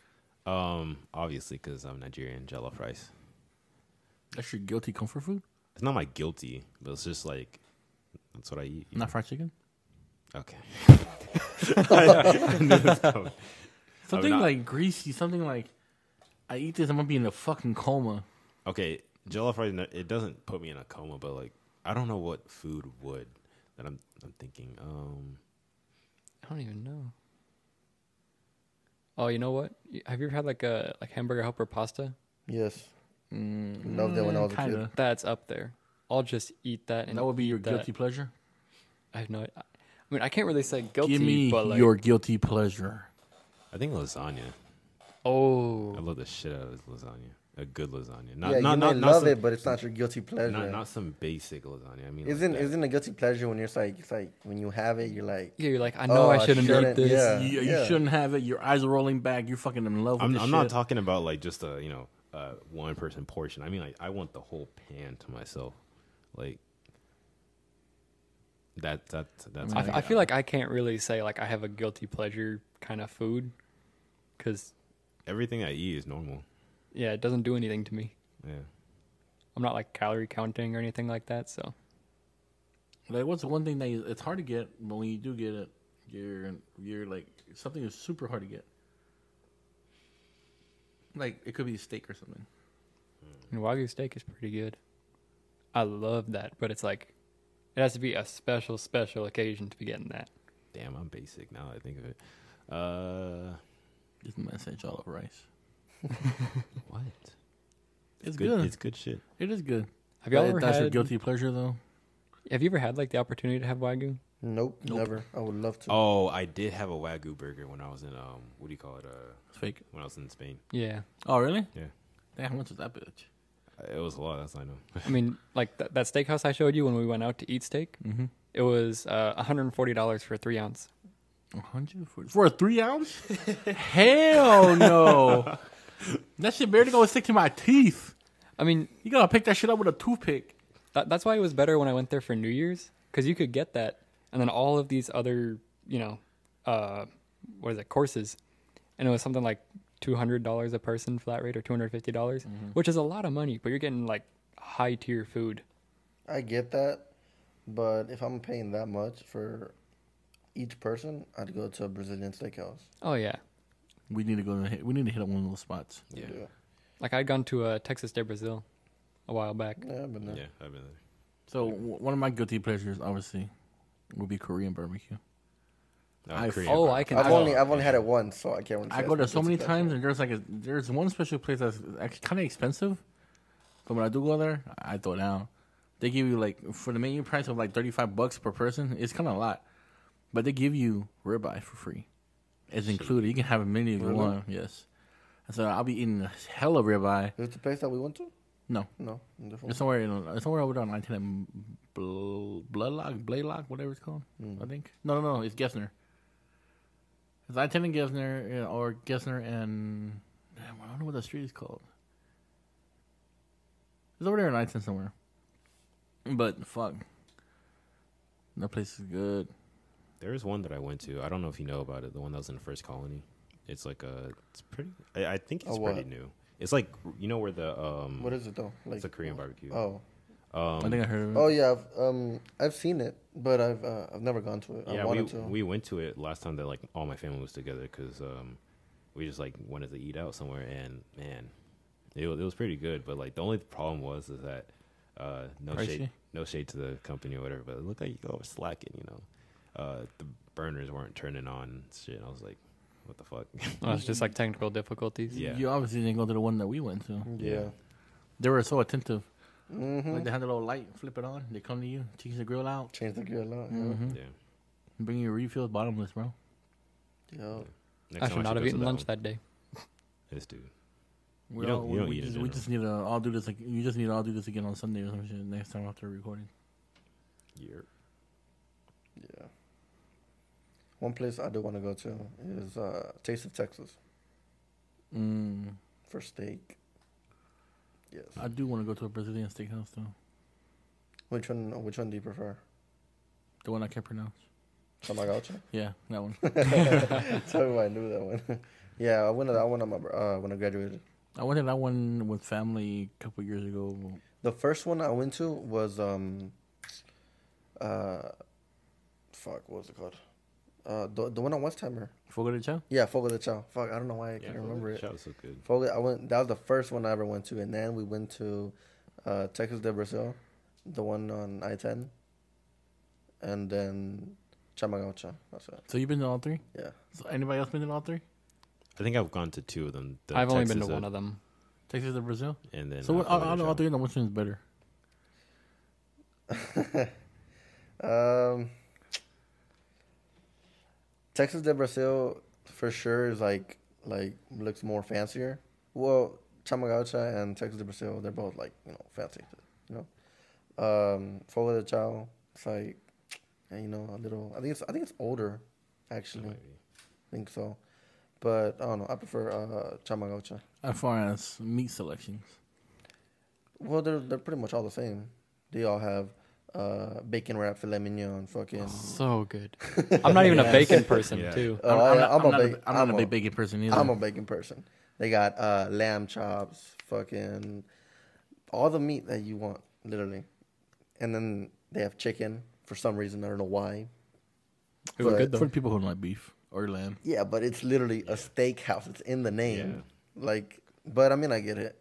Speaker 3: Um, obviously, because I'm Nigerian, jollof rice.
Speaker 1: That's your guilty comfort food?
Speaker 3: It's not my guilty, but it's just like that's what I eat. you
Speaker 1: Not fried chicken?
Speaker 3: know? okay. I knew it was coming.
Speaker 1: Something
Speaker 3: not-
Speaker 1: like greasy, something like I eat this, I'm gonna be in a fucking coma.
Speaker 3: okay, jollof rice. no- It doesn't put me in a coma, but like I don't know what food would that I'm I'm thinking. Um,
Speaker 2: I don't even know. Oh, you know what? Y- Have you ever had like a like hamburger helper pasta?
Speaker 4: Yes, Loved it when I was a kid.
Speaker 1: Mm, Kinda.
Speaker 2: That's up there. I'll just eat that, and
Speaker 1: That would be your
Speaker 2: eat that.
Speaker 1: guilty pleasure?
Speaker 2: I have no. I mean, I can't really say guilty,
Speaker 1: Give me
Speaker 2: but like,
Speaker 1: your guilty pleasure.
Speaker 3: I think lasagna.
Speaker 2: oh,
Speaker 3: I love the shit out of lasagna. A good lasagna. Not not
Speaker 4: yeah, you
Speaker 3: not,
Speaker 4: may
Speaker 3: not
Speaker 4: love
Speaker 3: some,
Speaker 4: it, but it's not your guilty pleasure.
Speaker 3: Not, not some basic lasagna. I mean, like
Speaker 4: isn't
Speaker 3: that.
Speaker 4: isn't a guilty pleasure when you're it's like it's like when you have it, you're like
Speaker 2: yeah. You're like, I know
Speaker 4: Oh, I
Speaker 2: I shouldn't,
Speaker 4: shouldn't,
Speaker 2: eat this.
Speaker 4: yeah. Uh,
Speaker 1: you, you shouldn't have it. Your eyes are rolling back. You're fucking in love with
Speaker 3: I'm,
Speaker 1: this
Speaker 3: I'm not
Speaker 1: shit.
Speaker 3: talking about like just a you know uh, one person portion. I mean like I want the whole pan to myself. Like That that that's.
Speaker 2: I, f- I feel
Speaker 1: uh,
Speaker 2: like I can't really say like I have a guilty pleasure kind of food, because
Speaker 3: everything I eat is normal.
Speaker 2: yeah, it doesn't do anything to me.
Speaker 3: Yeah.
Speaker 2: I'm not like calorie counting or anything like that. So
Speaker 1: Like, what's the one thing that you, it's hard to get, but when you do get it, you're you're like something is super hard to get. Like it could be steak or something.
Speaker 2: and wagyu steak is pretty good. I love that, but it's like it has to be a special, special occasion to be getting that.
Speaker 3: Damn, I'm basic now. that I think of it. Uh,
Speaker 1: Just message all of rice.
Speaker 3: what?
Speaker 1: It's,
Speaker 3: It's
Speaker 1: good.
Speaker 3: good. It's good shit.
Speaker 1: It is good.
Speaker 2: Have y'all
Speaker 1: But
Speaker 2: ever
Speaker 1: that's your
Speaker 2: had?
Speaker 1: guilty pleasure though.
Speaker 2: Have you ever had like the opportunity to have wagyu?
Speaker 4: Nope,
Speaker 1: Nope.
Speaker 4: never. I would love to.
Speaker 3: Oh, I did have a wagyu burger when I was in um, what do you call it? Uh,
Speaker 1: It's fake.
Speaker 3: when I was in Spain,
Speaker 2: Yeah,
Speaker 1: Oh really?
Speaker 3: Yeah.
Speaker 1: Damn, how much was that bitch?
Speaker 3: it was a lot. That's all I know.
Speaker 1: [LAUGHS]
Speaker 2: I mean like th- that steakhouse I showed you when we went out to eat steak.
Speaker 1: Mm-hmm.
Speaker 2: It was uh, 140 dollars for a three ounce.
Speaker 1: One hundred forty for a three ounce? [LAUGHS] Hell no. that shit barely gonna stick to my teeth.
Speaker 2: I mean
Speaker 1: You gotta pick that shit up with a toothpick.
Speaker 2: That, that's why it was better when I went there for New Year's because you could get that, and then all of these other, you know, uh, what is it, courses, and it was something like two hundred dollars a person flat rate or two hundred fifty dollars, which is a lot of money, but you're getting like high tier food.
Speaker 4: I get that, but if I'm paying that much for each person, I'd go to a Brazilian steakhouse.
Speaker 2: Oh yeah,
Speaker 1: We need to go. To, we need to hit up one of those spots.
Speaker 3: Yeah, yeah,
Speaker 2: like I'd gone to uh, Texas de Brazil a while back. [LAUGHS]
Speaker 4: Yeah, but no.
Speaker 3: I've been there.
Speaker 1: So w- one of my guilty pleasures, obviously, would be Korean barbecue.
Speaker 3: Uh,
Speaker 1: I-
Speaker 3: Korean
Speaker 2: Oh,
Speaker 3: bar-
Speaker 2: I can.
Speaker 4: I've
Speaker 2: I-
Speaker 4: only I've only had it once, so I can't. Really
Speaker 1: I
Speaker 4: say
Speaker 1: go there
Speaker 4: that's
Speaker 1: so
Speaker 4: my
Speaker 1: many
Speaker 4: guilty
Speaker 1: times,
Speaker 4: pleasure.
Speaker 1: and there's like a there's one special place that's actually kind of expensive, but when I do go there, I throw down. They give you like for the menu price of like thirty five bucks per person. It's kind of a lot, but they give you ribeye for free. It's included. You can have as many as you
Speaker 4: Really?
Speaker 1: want. Yes. And so I'll be eating a hell of ribeye.
Speaker 4: Is it the place that we went to?
Speaker 1: No,
Speaker 4: No, a different one?
Speaker 1: it's somewhere in it's somewhere over there on 19 and Bl- Bloodlock, Blaylock, whatever it's called.
Speaker 4: Mm-hmm.
Speaker 1: I think. No, no, no. It's Gessner. It's I ten and Gessner, uh, or Gessner and damn, I don't know what that street is called. It's over there in I ten somewhere. But fuck, that place is good.
Speaker 3: There is one that I went to. I don't know if you know about it. The one that was in First Colony. It's like a. It's pretty. I, I think it's
Speaker 4: A what?
Speaker 3: pretty new. It's like you know where the um.
Speaker 4: What is it though? Like
Speaker 3: It's a Korean barbecue.
Speaker 4: Oh,
Speaker 1: I
Speaker 3: Um,
Speaker 1: think I heard of it.
Speaker 4: oh yeah. I've, um, I've seen it, but I've uh, I've never gone to it. I
Speaker 3: yeah, we
Speaker 4: wanted to.
Speaker 3: we went to it last time that like all my family was together because um, we just like wanted to eat out somewhere and man, it was, it was pretty good. But like the only problem was is that uh, no
Speaker 1: Pricey?
Speaker 3: shade no shade to the company or whatever, but it looked like you were slacking. You know, uh, the burners weren't turning on and shit. And I was like, what the fuck? [LAUGHS]
Speaker 4: Hmm.
Speaker 2: Well, it's just like technical difficulties.
Speaker 3: yeah.
Speaker 1: You obviously didn't go to the one that we went to.
Speaker 4: yeah.
Speaker 1: They were so attentive.
Speaker 4: Mm-hmm.
Speaker 1: Like they had a little light, flip it on. They come to you, change the grill out,
Speaker 4: Change the gear a lot. Yeah.
Speaker 1: Mhm.
Speaker 3: yeah.
Speaker 1: bring you a refill, bottomless, bro.
Speaker 4: Yeah.
Speaker 3: Next
Speaker 2: I
Speaker 3: time
Speaker 2: should not
Speaker 3: go
Speaker 2: have
Speaker 3: to
Speaker 2: eaten
Speaker 3: that
Speaker 2: lunch
Speaker 3: one.
Speaker 2: that day.
Speaker 3: This dude.
Speaker 1: We
Speaker 3: You don't-
Speaker 1: all,
Speaker 3: you
Speaker 1: we-
Speaker 3: don't
Speaker 1: we
Speaker 3: eat in
Speaker 1: just, we
Speaker 3: general.
Speaker 1: just need to all do this. Like you just need to all do this again on Sunday or some shit next time after recording.
Speaker 3: Year.
Speaker 4: Yeah. One place I do want to go to is uh, Taste of Texas
Speaker 1: Mm,
Speaker 4: for steak. Yes.
Speaker 1: I do want to go to a Brazilian steakhouse though,
Speaker 4: Which one? Which one do you prefer?
Speaker 1: the one I can't pronounce.
Speaker 4: Tamagotchi. [LAUGHS]
Speaker 1: Yeah, that one. [LAUGHS]
Speaker 4: Tell me why I knew that one. yeah, I went to that one on my br- uh, when I graduated.
Speaker 1: I went to that one with family a couple years ago.
Speaker 4: The first one I went to was um, uh, fuck, what was it called? Uh, the the one on Westheimer.
Speaker 1: Fogo de Chao.
Speaker 4: Yeah, Fogo de Chao. Fuck, I don't know why I
Speaker 3: Yeah,
Speaker 4: can't remember it.
Speaker 3: Shout out so good.
Speaker 4: Fogo, I went. That was the first one I ever went to, and then we went to uh, Texas de Brazil, the one on I ten, and then Chamagaucha. That's it.
Speaker 1: So you've been to all three?
Speaker 4: Yeah.
Speaker 1: So anybody else been to all three?
Speaker 3: I think I've gone to two of them. the
Speaker 2: I've only been to
Speaker 3: Texas
Speaker 2: one of
Speaker 3: [LAUGHS]
Speaker 2: them.
Speaker 1: Texas to Brazil.
Speaker 3: And then
Speaker 1: so what,
Speaker 3: uh,
Speaker 1: out, out of all three, of them, which one's better?
Speaker 4: Um, Texas de Brazil for sure is like like looks more fancier. Well, Chamagaucha and Texas de Brazil, they're both like you know fancy, you know. Um, Fogo de Chao, it's like you know a little. I think it's I think it's older,
Speaker 3: It
Speaker 4: actually.
Speaker 3: might be.
Speaker 4: I think so, but I don't know. I prefer uh, Chamagaucha.
Speaker 1: As far as meat selections,
Speaker 4: Well, they're they're pretty much all the same. They all have uh, bacon wrap filet mignon, fucking.
Speaker 2: So good. I'm not even a
Speaker 4: Yes.
Speaker 2: bacon person, [LAUGHS]
Speaker 3: Yeah.
Speaker 2: too.
Speaker 4: Uh, I'm,
Speaker 1: not,
Speaker 4: I'm a
Speaker 1: not
Speaker 4: big-
Speaker 1: a, Oh. I'm not a big bacon person either.
Speaker 4: I'm a bacon person. They got uh, lamb chops, fucking all the meat that you want, literally. And then they have chicken for some reason. I don't know why.
Speaker 2: It was
Speaker 4: but-
Speaker 2: good,
Speaker 1: for
Speaker 2: though.
Speaker 1: the people who don't like beef or lamb.
Speaker 4: Yeah, but it's literally a steakhouse. It's in the name. Like, but I mean, I get it.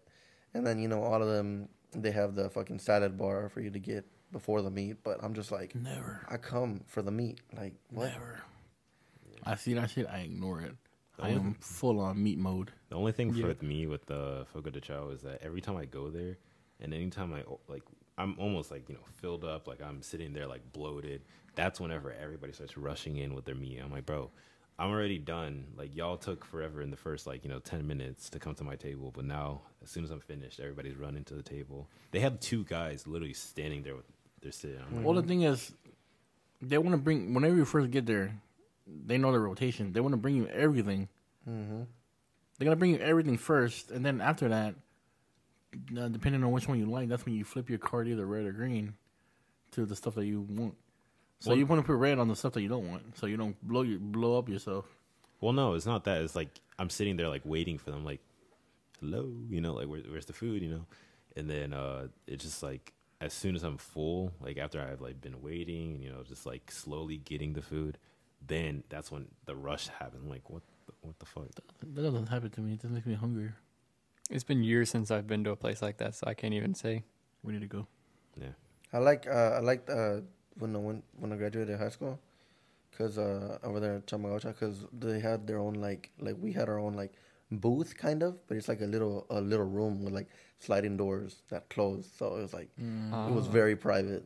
Speaker 4: And then you know, all of them they have the fucking salad bar for you to get before the meat. But I'm just like,
Speaker 1: Never,
Speaker 4: I come for the meat. Like, what?
Speaker 1: never. I see that shit. I ignore it. I am full on meat mode.
Speaker 3: The only thing
Speaker 2: Yeah.
Speaker 3: with me with the Fogo de Chao is that every time I go there, and anytime I o- like, I'm almost like you know filled up, like I'm sitting there like bloated. That's whenever everybody starts rushing in with their meat. I'm like, bro, I'm already done. Like y'all took forever in the first like you know ten minutes to come to my table, but now as soon as I'm finished, everybody's running to the table. They have two guys literally standing there with their sit. I'm like,
Speaker 1: Well, the thing is, they want to bring whenever you first get there, they know the rotation. They want to bring you everything. They're gonna bring you everything first, and then after that, uh, depending on which one you like, that's when you flip your card either red or green to the stuff that you want. So you want to put red on the stuff that you don't want, so you don't blow your, blow up yourself.
Speaker 3: Well, no, it's not that. It's like I'm sitting there like waiting for them, like, hello, you know, like where, where's the food, you know, and then uh, it's just like as soon as I'm full, like after I've like been waiting, you know, just like slowly getting the food, then that's when the rush happens. I'm like, what, the, what the fuck?
Speaker 1: That doesn't happen to me. It doesn't make me hungry.
Speaker 2: It's been years since I've been to a place like that, so I can't even say.
Speaker 1: We need to go.
Speaker 3: Yeah,
Speaker 4: I like uh, I liked uh, when I went when I graduated high school, cause uh, over there at Chamagacha, cause they had their own like like we had our own like booth kind of, but it's like a little a little room with like sliding doors that closed, so it was like
Speaker 1: Mm.
Speaker 4: it was
Speaker 2: Ah.
Speaker 4: very private.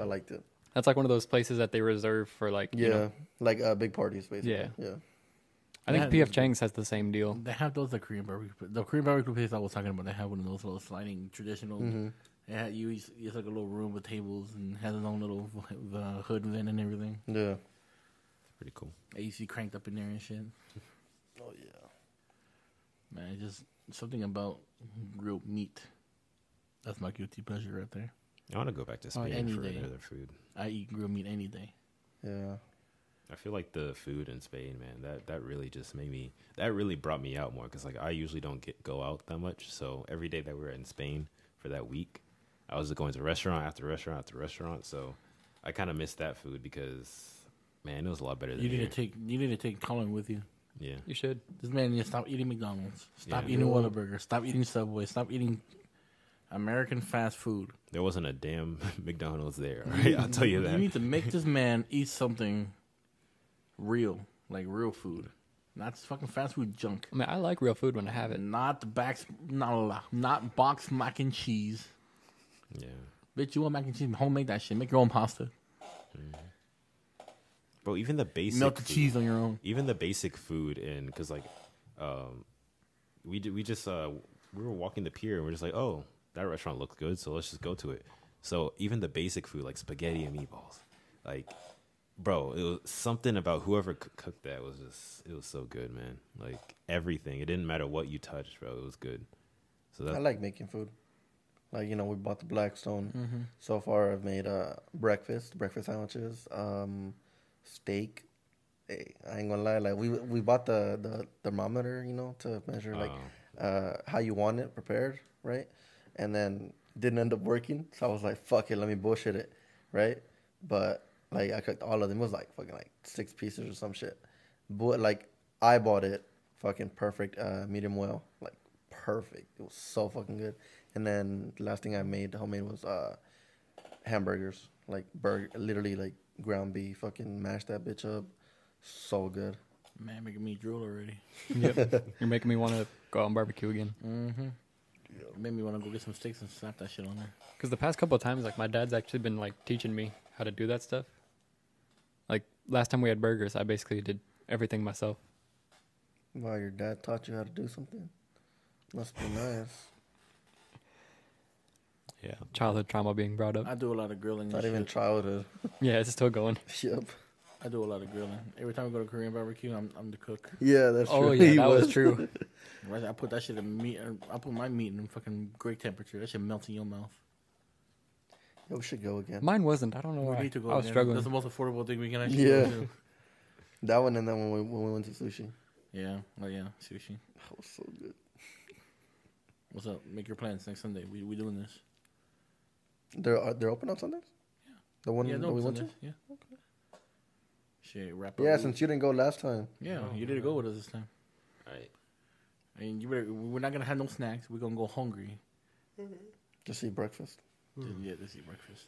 Speaker 4: I liked it.
Speaker 2: That's like one of those places that they reserve for, like,
Speaker 4: Yeah,
Speaker 2: you know.
Speaker 4: like uh, big parties basically.
Speaker 2: Yeah.
Speaker 4: yeah.
Speaker 2: I think
Speaker 1: Yeah.
Speaker 2: P.F. Chang's has the same deal.
Speaker 1: They have those the Korean barbecue. The Korean barbecue place I was talking about. They have one of those little sliding traditional.
Speaker 4: Mm-hmm.
Speaker 1: It had you. It's it's like a little room with tables and has its own little [LAUGHS] uh, hood vent and everything.
Speaker 4: Yeah.
Speaker 3: it's pretty cool.
Speaker 1: I used to be cranked up in there and shit.
Speaker 4: Oh yeah.
Speaker 1: Man, it's just something about grilled meat. That's my guilty pleasure right there.
Speaker 3: I want to go back to
Speaker 2: Oh,
Speaker 3: Spain
Speaker 1: any
Speaker 3: for
Speaker 1: day.
Speaker 3: another food.
Speaker 1: I eat grilled meat any day.
Speaker 4: Yeah.
Speaker 3: I feel like the food in Spain, man, that that really just made me that really brought me out more because like I usually don't get go out that much. So every day that we were in Spain for that week, I was going to restaurant after restaurant after restaurant. So I kind of missed that food because man, it was a lot better than
Speaker 1: You need
Speaker 3: here.
Speaker 1: to take. You need to take Colin with you.
Speaker 3: yeah.
Speaker 2: You should.
Speaker 1: This man needs to stop eating McDonald's. Stop
Speaker 3: Yeah.
Speaker 1: eating Whataburger. Stop eating Subway. Stop eating American fast food.
Speaker 3: There wasn't a damn [LAUGHS] McDonald's there. all right? I'll tell you that.
Speaker 1: You need to make this man eat something real, like real food, not this fucking fast food junk.
Speaker 2: I mean, I like real food when I have it.
Speaker 1: Not the box, not not box mac and cheese.
Speaker 3: yeah.
Speaker 1: Bitch, you want mac and cheese? Homemade that shit. Make your own pasta.
Speaker 3: Bro, even the basic
Speaker 1: Melt the
Speaker 3: food.
Speaker 1: cheese on your own.
Speaker 3: even the basic food and because like um we did, we just uh we were walking the pier and we're just like oh that restaurant looks good so let's just go to it so even the basic food like spaghetti and meatballs like bro it was something about whoever c- cooked that was just it was so good man like everything it didn't matter what you touched bro it was good so
Speaker 4: I
Speaker 3: that
Speaker 4: like making food. Like you know, we bought the Blackstone.
Speaker 1: Mm-hmm.
Speaker 4: So far, I've made uh, breakfast, breakfast sandwiches, um, steak. Eh, I ain't gonna lie, like we we bought the the thermometer, you know, to measure like uh, how you want it prepared, right? And then didn't end up working, so I was like, "Fuck it, let me bullshit it," right? But like I cooked all of them. It was like fucking like six pieces or some shit. But like I bought it, fucking perfect, uh, medium well, like perfect. It was so fucking good. And then the last thing I made homemade was uh, hamburgers, like burger, literally like ground beef. Fucking mashed that bitch up, so good.
Speaker 1: Man, making me drool already.
Speaker 2: Yep. You're making me want to go out and barbecue again.
Speaker 1: Mm-hmm. It made me want to go get some steaks and slap that shit on there.
Speaker 2: Because the past couple of times, like my dad's actually been like teaching me how to do that stuff. Like last time we had burgers, I basically did everything myself.
Speaker 4: Wow, your dad taught you how to do something. Must be nice.
Speaker 3: yeah
Speaker 2: Childhood trauma being brought up.
Speaker 1: I do a lot of grilling.
Speaker 4: Not
Speaker 1: and
Speaker 4: even
Speaker 1: shit.
Speaker 4: childhood. [LAUGHS]
Speaker 2: yeah, it's still going.
Speaker 4: yep.
Speaker 1: I do a lot of grilling. Every time I go to Korean barbecue, I'm I'm the cook.
Speaker 4: Yeah, that's true.
Speaker 1: [LAUGHS]
Speaker 2: Oh yeah,
Speaker 4: He
Speaker 2: that was true.
Speaker 1: Right, I put that shit in meat. I put my meat in fucking great temperature. That shit melts in your mouth.
Speaker 4: [LAUGHS] Yo, we should go again.
Speaker 2: Mine wasn't. I don't know
Speaker 1: We
Speaker 2: why.
Speaker 1: need to go
Speaker 2: I was
Speaker 1: again.
Speaker 2: struggling.
Speaker 1: That's the most affordable thing we can actually
Speaker 4: Yeah.
Speaker 1: go to.
Speaker 4: that one and then when we, when we went to sushi.
Speaker 1: [LAUGHS] Yeah. Oh yeah. Sushi.
Speaker 4: That was so good.
Speaker 1: What's up? Make your plans next Sunday. We we doing this.
Speaker 4: They're uh, they're open on Sundays. The one
Speaker 1: yeah,
Speaker 4: that
Speaker 1: no,
Speaker 4: we went
Speaker 1: Sunday. Yeah. Shit, wrap
Speaker 4: to.
Speaker 1: up.
Speaker 4: Yeah, since you didn't go last time.
Speaker 1: Yeah, you did go with us this time.
Speaker 3: Right.
Speaker 1: I mean, you better. We're not gonna have no snacks. We're gonna go hungry.
Speaker 4: Just eat breakfast.
Speaker 1: Just- Yeah, just eat breakfast.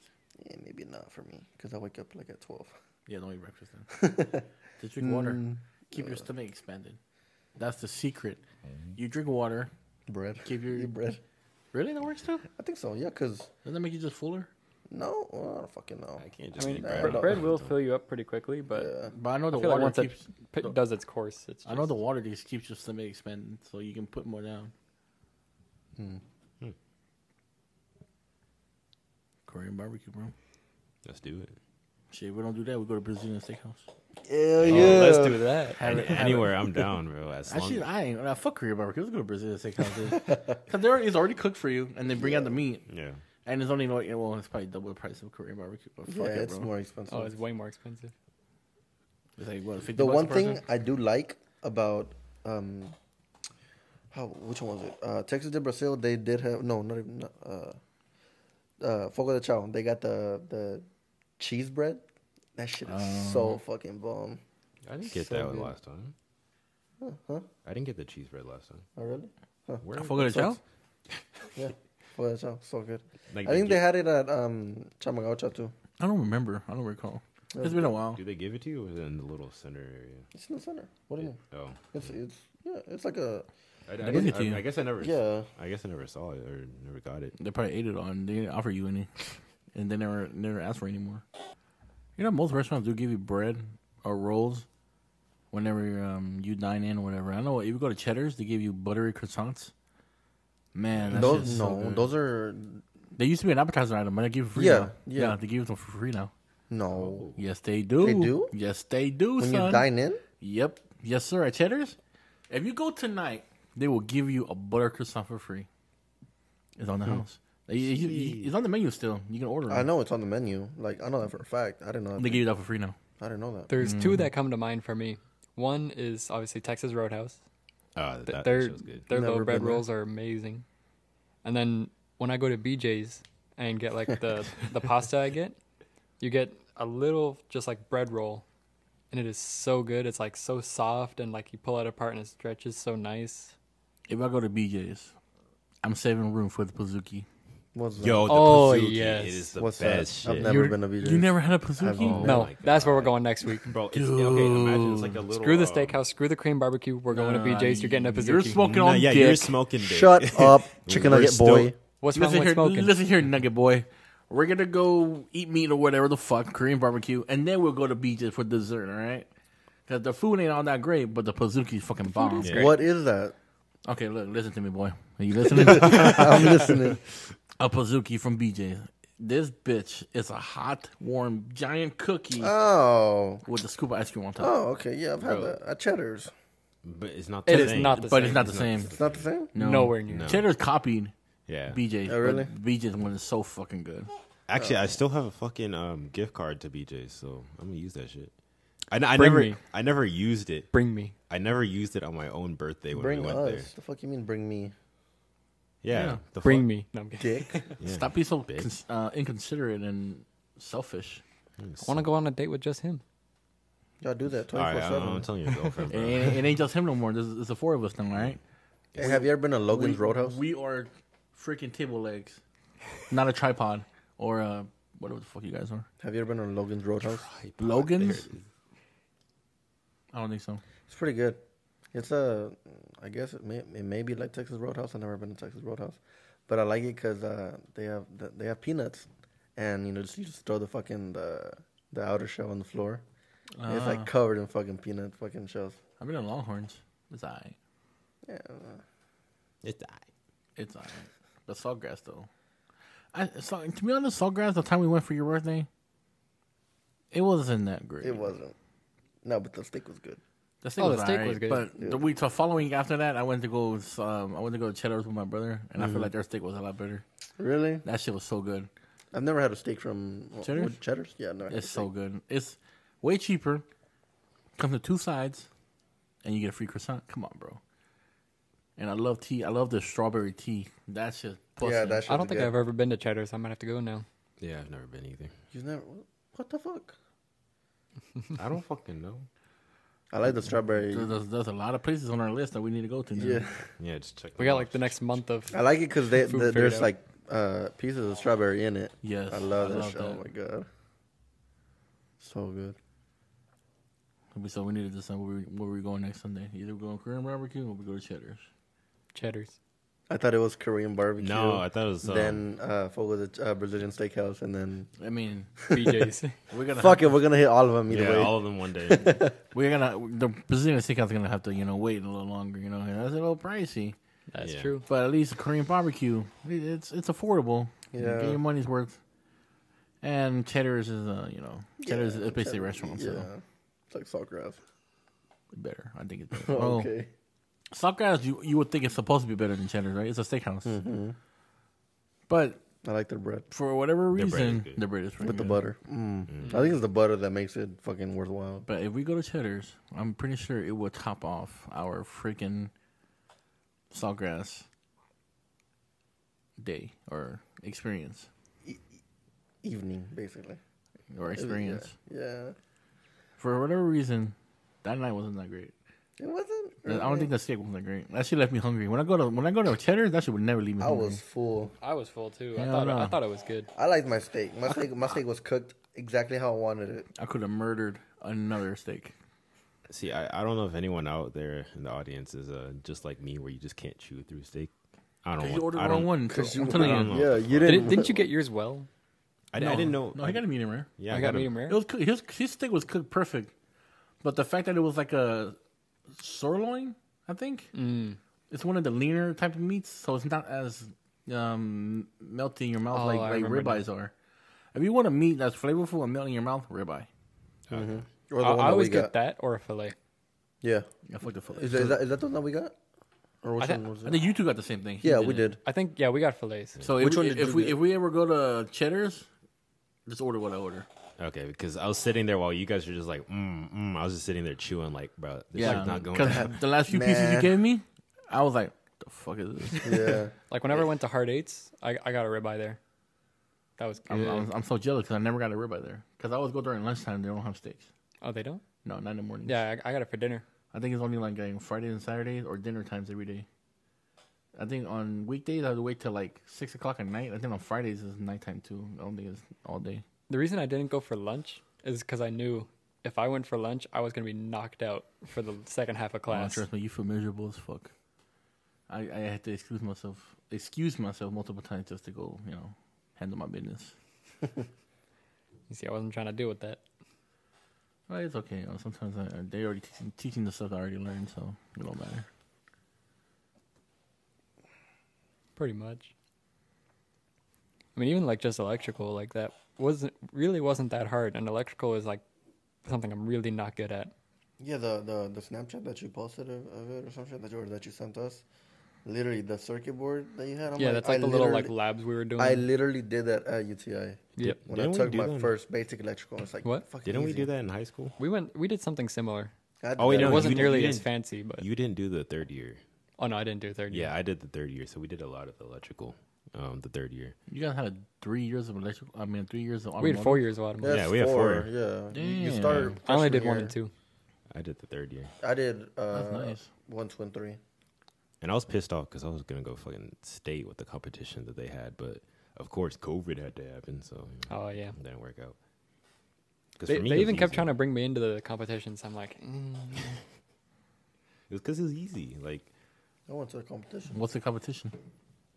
Speaker 4: Yeah, maybe not for me because I wake up like at twelve.
Speaker 1: Yeah, don't eat breakfast then.
Speaker 4: [LAUGHS]
Speaker 1: just drink water.
Speaker 4: Mm,
Speaker 1: Keep your stomach expanded. That's the secret. You drink water.
Speaker 4: bread. [LAUGHS]
Speaker 1: Keep your-
Speaker 4: Eat bread.
Speaker 1: Really, that works too.
Speaker 4: I think so. Yeah, cause
Speaker 1: Doesn't that make you just fuller?
Speaker 4: no, well, I don't fucking know.
Speaker 3: I can't
Speaker 2: I
Speaker 3: just
Speaker 2: mean,
Speaker 3: eat
Speaker 4: bread.
Speaker 2: bre-
Speaker 3: all
Speaker 2: bread
Speaker 3: the
Speaker 2: will
Speaker 3: time.
Speaker 2: fill you up pretty quickly, but
Speaker 4: yeah.
Speaker 1: But I know the
Speaker 2: I feel like
Speaker 1: water
Speaker 2: once it
Speaker 1: keeps.
Speaker 2: p-
Speaker 1: the-
Speaker 2: does its course, it's.
Speaker 1: I know the
Speaker 2: just-
Speaker 1: water just keeps your stomach expanded, so you can put more down.
Speaker 4: Hmm.
Speaker 1: Korean barbecue, bro.
Speaker 3: Let's do it.
Speaker 1: Shit, we don't do that. We go to Brazilian steakhouse.
Speaker 4: Hell
Speaker 3: Oh,
Speaker 4: yeah.
Speaker 3: let's do that.
Speaker 1: Have it- have it.
Speaker 3: anywhere, I'm down, bro. [LAUGHS] As long
Speaker 1: Actually, I ain't. Nah, fuck Korean barbecue. Let's go to Brazilian [LAUGHS] steakhouse. Because it's already cooked for you, and they bring out the meat,
Speaker 3: yeah.
Speaker 1: and it's only like well, it's probably double the price of Korean barbecue. But fuck
Speaker 4: Yeah,
Speaker 1: it,
Speaker 4: it's
Speaker 1: bro.
Speaker 4: more expensive.
Speaker 2: Oh, it's way more expensive.
Speaker 1: It's like what? 50
Speaker 4: the
Speaker 1: bucks
Speaker 4: one
Speaker 1: a
Speaker 4: thing
Speaker 1: person?
Speaker 4: I do like about um, how which one was it? Uh, Texas de Brazil. They did have no, not even not, uh, uh, Fogo de Chao. They got the the cheese bread. That shit is
Speaker 1: Oh.
Speaker 4: so fucking bomb.
Speaker 3: I didn't get
Speaker 2: So
Speaker 3: that one
Speaker 2: good.
Speaker 3: last time.
Speaker 4: Huh?
Speaker 3: I didn't get the cheese bread last time.
Speaker 4: Oh really?
Speaker 3: Where?
Speaker 1: I forgot to tell.
Speaker 4: Yeah. Fogo de Chao, so good.
Speaker 3: Like,
Speaker 4: I think
Speaker 3: gi-
Speaker 4: they had it at um Chamagaucha too.
Speaker 1: I don't remember. I don't recall. It's been a while.
Speaker 3: Do they give it to you, or is it in the little center area?
Speaker 4: It's in the center. What do you mean?
Speaker 3: Oh,
Speaker 4: It's it's yeah. It's like a
Speaker 3: I, I,
Speaker 1: They
Speaker 3: guess,
Speaker 1: give it to
Speaker 3: I-
Speaker 1: you.
Speaker 3: I guess I never.
Speaker 4: yeah.
Speaker 3: I guess I never saw it or never got it.
Speaker 1: They probably ate it on. They didn't offer you any, and they never never asked for any more. You know, most restaurants do give you bread or rolls whenever um, you dine in or whatever. I know if you go to Cheddar's, they give you buttery croissants. Man, that
Speaker 4: Those
Speaker 1: shit's so
Speaker 4: no,
Speaker 1: good.
Speaker 4: those are
Speaker 1: They used to be an appetizer item, but they give it free
Speaker 4: Yeah,
Speaker 1: now.
Speaker 4: yeah.
Speaker 1: they give them for free now.
Speaker 3: Oh.
Speaker 4: no.
Speaker 1: Yes, they do.
Speaker 4: They do?
Speaker 1: Yes, they do.
Speaker 4: When
Speaker 1: son.
Speaker 4: you dine in,
Speaker 1: Yep. Yes, sir. At Cheddar's, if you go tonight, they will give you a butter croissant for free. It's on the house. They- you- you- It's on the menu still. You can order.
Speaker 4: Hmm. I
Speaker 1: It.
Speaker 4: know it's on the menu. Like I know that for a fact. I didn't know. That
Speaker 1: They give you that for free now.
Speaker 4: I didn't know that.
Speaker 2: There's two that come to mind for me. One is obviously Texas Roadhouse.
Speaker 3: Uh,
Speaker 2: Th-
Speaker 3: that, that
Speaker 2: their
Speaker 3: shit was good.
Speaker 2: their
Speaker 4: Never
Speaker 2: low bread
Speaker 4: been there.
Speaker 2: rolls are amazing. And then when I go to BJ's and get like
Speaker 4: [LAUGHS]
Speaker 2: the the pasta I get, you get a little just like bread roll, and it is so good. It's like so soft and like you pull it apart and it stretches so nice.
Speaker 1: If I go to BJ's, I'm saving room for the Pazuki.
Speaker 4: What's that?
Speaker 3: Yo, the
Speaker 2: Oh,
Speaker 3: Pizookie,
Speaker 2: yes.
Speaker 3: it is the
Speaker 4: What's that?
Speaker 3: best
Speaker 4: I've
Speaker 3: shit.
Speaker 4: never
Speaker 2: You're-
Speaker 4: been to VJ's.
Speaker 1: You never had a
Speaker 4: I've
Speaker 1: Pazuki?
Speaker 4: never.
Speaker 2: no,
Speaker 3: my
Speaker 2: that's where we're
Speaker 3: God.
Speaker 2: going next week.
Speaker 3: Bro, it's, okay, imagine it's like a little.
Speaker 2: Screw the
Speaker 3: um,
Speaker 2: steakhouse, screw the cream barbecue. We're going
Speaker 1: Nah,
Speaker 2: to BJ's. You're getting a
Speaker 1: You're
Speaker 2: pizookie.
Speaker 1: smoking
Speaker 3: Nah,
Speaker 1: on
Speaker 3: yeah,
Speaker 1: dick.
Speaker 3: you're smoking dick. [LAUGHS]
Speaker 4: Shut up, chicken
Speaker 3: We're
Speaker 4: nugget boy.
Speaker 3: still-
Speaker 2: What's wrong
Speaker 1: listen
Speaker 2: with
Speaker 1: here,
Speaker 2: smoking?
Speaker 1: listen here, Nugget boy. We're gonna go eat meat or whatever the fuck Korean barbecue, and then we'll go to BJ's for dessert. All right? Because the food ain't all that great, but the Pazuki's fucking bomb.
Speaker 3: great.
Speaker 4: What
Speaker 3: [LAUGHS]
Speaker 4: is that?
Speaker 1: Okay, look, listen to me, boy. Are you
Speaker 4: [LAUGHS]
Speaker 1: listening?
Speaker 4: I'm listening.
Speaker 1: a Pazuki from BJ. This bitch is a hot, warm, giant cookie
Speaker 4: Oh,
Speaker 1: with a scoop of ice cream on top.
Speaker 4: oh, okay. Yeah, I've had
Speaker 3: Bro.
Speaker 4: that at Cheddar's.
Speaker 3: But it's not. The
Speaker 2: It is
Speaker 3: same.
Speaker 2: not the
Speaker 1: but
Speaker 2: same.
Speaker 1: it's not the same.
Speaker 4: It's not the same.
Speaker 1: No.
Speaker 2: Nowhere near.
Speaker 3: No.
Speaker 1: Cheddar's copied
Speaker 3: Yeah.
Speaker 1: BJ's.
Speaker 4: Oh, really?
Speaker 1: but BJ's one is so fucking good.
Speaker 3: Actually, I still have a fucking um, gift card to BJ's, so I'm gonna use that shit. I, I
Speaker 2: Bring
Speaker 3: never,
Speaker 2: me.
Speaker 3: I never used it.
Speaker 2: Bring me.
Speaker 3: I never used it on my own birthday when
Speaker 4: Bring
Speaker 3: we
Speaker 4: us.
Speaker 3: went there.
Speaker 4: The fuck you mean bring me?
Speaker 3: Yeah,
Speaker 1: Yeah.
Speaker 3: the
Speaker 2: Bring
Speaker 3: fuck-
Speaker 2: me. No, I'm kidding.
Speaker 3: [LAUGHS]
Speaker 4: Dick.
Speaker 3: Yeah.
Speaker 1: Stop being so
Speaker 3: Bitch.
Speaker 1: cons- uh, inconsiderate and selfish.
Speaker 2: I want to go on a date with just him.
Speaker 4: Y'all do that
Speaker 3: All
Speaker 4: 24
Speaker 3: right, I, am
Speaker 4: 7.
Speaker 3: telling your girlfriend.
Speaker 1: It
Speaker 4: [LAUGHS]
Speaker 3: Bro.
Speaker 1: ain't, it ain't just him no more. There's, there's the four of us now, right?
Speaker 4: Hey, have you ever been to Logan's Roadhouse?
Speaker 1: We are freaking table legs, not a tripod or uh, whatever the fuck you guys are.
Speaker 4: have you ever been to Logan's Roadhouse?
Speaker 1: Logan's. I don't think so.
Speaker 4: It's pretty good. It's a, I guess it may, it may be like Texas Roadhouse. I've never been to Texas Roadhouse, but I like it because uh, they have the, they have peanuts, and you know just you just throw the fucking the the outer shell on the floor. And It's
Speaker 1: Ah.
Speaker 4: like covered in fucking peanut fucking shells.
Speaker 1: I've been in Longhorns. It's alright.
Speaker 4: Yeah,
Speaker 3: It's
Speaker 1: It's alright. But Saltgrass though. I so, to be honest, Saltgrass. The time we went for your birthday, it wasn't that great.
Speaker 4: it wasn't. No, but the steak was good.
Speaker 1: The steak,
Speaker 2: Oh,
Speaker 1: was,
Speaker 2: the steak
Speaker 1: alright,
Speaker 2: was good.
Speaker 1: But the week so following after that, I went to go.
Speaker 2: Mm-hmm.
Speaker 1: with, Um, I went to go to Cheddar's with my brother, and I feel like their steak was a lot better.
Speaker 4: Really?
Speaker 1: That shit was so good.
Speaker 4: I've never had a steak from what-
Speaker 1: Cheddar's?
Speaker 4: what, Cheddar's. Yeah, no.
Speaker 1: It's so good. It's way cheaper. Comes with two sides, and you get a free croissant. Come on, bro. And I love tea. I love the strawberry tea. That's just
Speaker 4: Yeah,
Speaker 1: bussin'.
Speaker 4: that shit's
Speaker 2: I don't think
Speaker 4: good.
Speaker 2: I've ever been to Cheddar's. I might have to go now.
Speaker 3: Yeah, I've never been either.
Speaker 4: You've never. What the fuck?
Speaker 3: I don't fucking know.
Speaker 4: I like the strawberry.
Speaker 1: There- There's, there's a lot of places on our list that we need to go to. Now.
Speaker 4: Yeah,
Speaker 3: Yeah, just check.
Speaker 2: We
Speaker 3: them
Speaker 2: got
Speaker 3: out.
Speaker 2: like the next month of.
Speaker 4: I like it because they,
Speaker 2: Food
Speaker 4: the,
Speaker 2: figured
Speaker 4: there's
Speaker 2: out.
Speaker 4: like uh, pieces of strawberry in it.
Speaker 1: Yes,
Speaker 4: I love
Speaker 1: I
Speaker 4: that
Speaker 1: love
Speaker 4: shit. Oh
Speaker 1: that.
Speaker 4: my god, so good.
Speaker 1: So we needed to decide where we, where we going next Sunday. Either we're going Korean barbecue or we go to Cheddar's.
Speaker 4: [LAUGHS]
Speaker 2: Cheddar's.
Speaker 4: I thought it was Korean barbecue.
Speaker 3: No, I thought it was. Um,
Speaker 4: then uh, what was it? Uh, Brazilian steakhouse, and then
Speaker 1: I mean,
Speaker 2: BJ's.
Speaker 1: we're gonna
Speaker 4: fuck it, we're gonna hit all of them either
Speaker 3: um, yeah,
Speaker 4: way.
Speaker 3: all of them one day.
Speaker 4: [LAUGHS]
Speaker 1: we're gonna the Brazilian steakhouse is gonna have to you know wait a little longer. You know, and that's a little pricey,
Speaker 2: That's
Speaker 3: Yeah.
Speaker 2: true.
Speaker 1: but at least Korean barbecue it- it's it's affordable. You
Speaker 4: Yeah.
Speaker 1: get your money's worth. And Cheddar's is a you know Cheddar's
Speaker 4: Yeah,
Speaker 1: is basically a
Speaker 4: Cheddar-
Speaker 1: restaurant, so
Speaker 4: yeah. it's like [LAUGHS] saltgrass.
Speaker 1: better. I
Speaker 4: [LAUGHS]
Speaker 1: think it's better. oh,
Speaker 4: okay,
Speaker 1: Saltgrass, you you would think it's supposed to be better than Cheddar's, right? It's a steakhouse,
Speaker 4: Hmm.
Speaker 1: but
Speaker 4: Mm-hmm. I like their bread
Speaker 1: for whatever
Speaker 3: Their bread is
Speaker 1: reason,
Speaker 3: good.
Speaker 1: the bread is pretty
Speaker 4: with the
Speaker 1: good.
Speaker 4: butter. Mm. I think it's the butter that makes it fucking worthwhile.
Speaker 1: But if we go to Cheddar's, I'm pretty sure it will top off our freaking saltgrass day or experience
Speaker 4: Evening, basically.
Speaker 1: or experience.
Speaker 4: Yeah,
Speaker 1: For whatever reason, that night wasn't that great.
Speaker 4: it wasn't.
Speaker 1: I don't think the steak wasn't that great. That shit left me hungry. When I go to when I go to Cheddar's, that shit would never leave me
Speaker 4: I
Speaker 1: hungry.
Speaker 4: was full.
Speaker 2: [LAUGHS] I was full too.
Speaker 1: I
Speaker 2: I
Speaker 1: Yeah,
Speaker 2: thought
Speaker 1: thought- I
Speaker 2: I
Speaker 1: know.
Speaker 2: thought it was good.
Speaker 4: I liked my steak. My steak, my steak was cooked exactly how I wanted it.
Speaker 1: I could have murdered another steak.
Speaker 3: See, I, I don't know if anyone out there in the audience is uh, just like me, where you just can't chew through steak. I don't.
Speaker 1: You
Speaker 3: want-
Speaker 1: ordered
Speaker 3: I
Speaker 1: the
Speaker 3: don't,
Speaker 1: wrong one.
Speaker 4: Because
Speaker 1: I'm telling
Speaker 3: I
Speaker 1: you.
Speaker 3: don't know.
Speaker 4: Yeah, you didn't.
Speaker 2: [LAUGHS]
Speaker 4: [LAUGHS]
Speaker 2: Didn't, didn't you get yours well?
Speaker 3: I, I didn't know.
Speaker 1: No, he got a medium rare.
Speaker 3: Yeah,
Speaker 2: I got medium rare.
Speaker 1: It was cook- his his steak was cooked perfect, but the fact that it was like a sirloin, I think
Speaker 2: Mm.
Speaker 1: it's one of the leaner type of meats, so it's not as um, melting your mouth
Speaker 2: Oh,
Speaker 1: like,
Speaker 2: I
Speaker 1: like
Speaker 2: remember now.
Speaker 1: ribeyes are. If you want a meat that's flavorful and melting your mouth, ribeye.
Speaker 4: Or the
Speaker 2: I, I
Speaker 4: one that
Speaker 2: always
Speaker 4: we
Speaker 2: get
Speaker 4: got.
Speaker 2: that or a fillet.
Speaker 4: Yeah.
Speaker 1: I fucked the fuck.
Speaker 4: Is that, is that is that the one that we got? Or which
Speaker 2: I thi-
Speaker 4: one was
Speaker 1: I
Speaker 4: it?
Speaker 1: think you two got the same thing. He
Speaker 4: Yeah, we
Speaker 1: it.
Speaker 4: did.
Speaker 2: I think yeah, we got fillets.
Speaker 1: So
Speaker 4: Which
Speaker 1: if,
Speaker 4: one
Speaker 1: one
Speaker 4: did
Speaker 1: if
Speaker 4: you
Speaker 1: we
Speaker 4: get?
Speaker 1: if we ever go to Cheddar's, just order what I order.
Speaker 3: Okay, because I was sitting there while you guys were just like, mm, mm. I was just sitting there chewing, like, bro, this shit's not going.
Speaker 1: because
Speaker 4: [LAUGHS]
Speaker 3: down."
Speaker 1: the last few pieces you
Speaker 4: Man.
Speaker 1: gave me, I was like, the fuck is this?
Speaker 4: [LAUGHS] Yeah.
Speaker 2: Like whenever I went to Hard Eights, I, I got a ribeye there. That was good.
Speaker 1: I'm, I'm, I'm so jealous because I never got a ribeye there. Because I always go during lunchtime. They don't have steaks.
Speaker 2: oh, they don't?
Speaker 1: No, not in the morning.
Speaker 2: Yeah, I, I got it for dinner.
Speaker 1: I think it's only like on Fridays and Saturdays or dinner times every day. I think on weekdays I have to wait till like six o'clock at night. I think on Fridays is nighttime too. I don't think it's all day.
Speaker 2: The reason I didn't go for lunch is because I knew if I went for lunch, I was gonna be knocked out for the second half of
Speaker 1: Oh,
Speaker 2: class.
Speaker 1: trust me, you feel miserable as fuck. I, I had to excuse myself, excuse myself multiple times just to go, you know, handle my business.
Speaker 2: You see, I wasn't trying to deal with that.
Speaker 1: But it's okay. You know, sometimes I, I- they already teaching, teaching the stuff I already learned, so it don't matter.
Speaker 2: Pretty much. I mean, even like just electrical, like that wasn't really wasn't that hard. And electrical is like something I'm really not good at.
Speaker 4: Yeah, the, the, the Snapchat that you posted of, of it or something that you, or that you sent us, literally the circuit board that you had. I'm
Speaker 2: yeah, that's like
Speaker 4: I
Speaker 2: the little like
Speaker 4: literally-
Speaker 2: labs we were doing.
Speaker 4: I literally did that at UTI
Speaker 2: yep.
Speaker 4: when
Speaker 3: Didn't
Speaker 4: I
Speaker 3: we
Speaker 4: took
Speaker 3: do
Speaker 4: my
Speaker 3: that?
Speaker 4: first basic electrical. It's like
Speaker 2: What?
Speaker 4: Fucking
Speaker 3: Didn't we
Speaker 4: easy.
Speaker 3: do that in high school?
Speaker 2: We went. We did something similar.
Speaker 4: I did
Speaker 3: Oh, we
Speaker 4: that
Speaker 3: know
Speaker 2: it
Speaker 3: you
Speaker 2: wasn't
Speaker 3: didn't-
Speaker 2: nearly
Speaker 3: you
Speaker 2: as
Speaker 3: didn't-
Speaker 2: fancy, but
Speaker 3: You didn't do the third year.
Speaker 2: oh no, I didn't do third. year.
Speaker 3: Yeah, I did the third year, so we did a lot of the electrical. Um, the third year.
Speaker 1: You guys had three years of electrical. I mean, three years of.
Speaker 2: we had
Speaker 1: automotive?
Speaker 2: four years of
Speaker 4: That's
Speaker 2: automotive.
Speaker 3: Yeah, we have four.
Speaker 4: Yeah, You- you
Speaker 1: Damn.
Speaker 4: started.
Speaker 2: I only
Speaker 4: freshman
Speaker 2: did one
Speaker 4: year.
Speaker 2: and two.
Speaker 3: I did the third year,
Speaker 4: I did uh,
Speaker 1: That's nice.
Speaker 4: one, two, and three.
Speaker 3: and I was pissed off because I was gonna go fucking state with the competition that they had, but of course COVID had to happen, so you know,
Speaker 2: Oh yeah.
Speaker 3: it didn't work out. 'Cause
Speaker 2: They,
Speaker 3: for me,
Speaker 2: they
Speaker 3: it was
Speaker 2: even kept
Speaker 3: easy.
Speaker 2: trying to bring me into the competitions. I'm like, mm,
Speaker 3: It was because it was easy. Like,
Speaker 4: I went to the competition.
Speaker 1: What's the competition?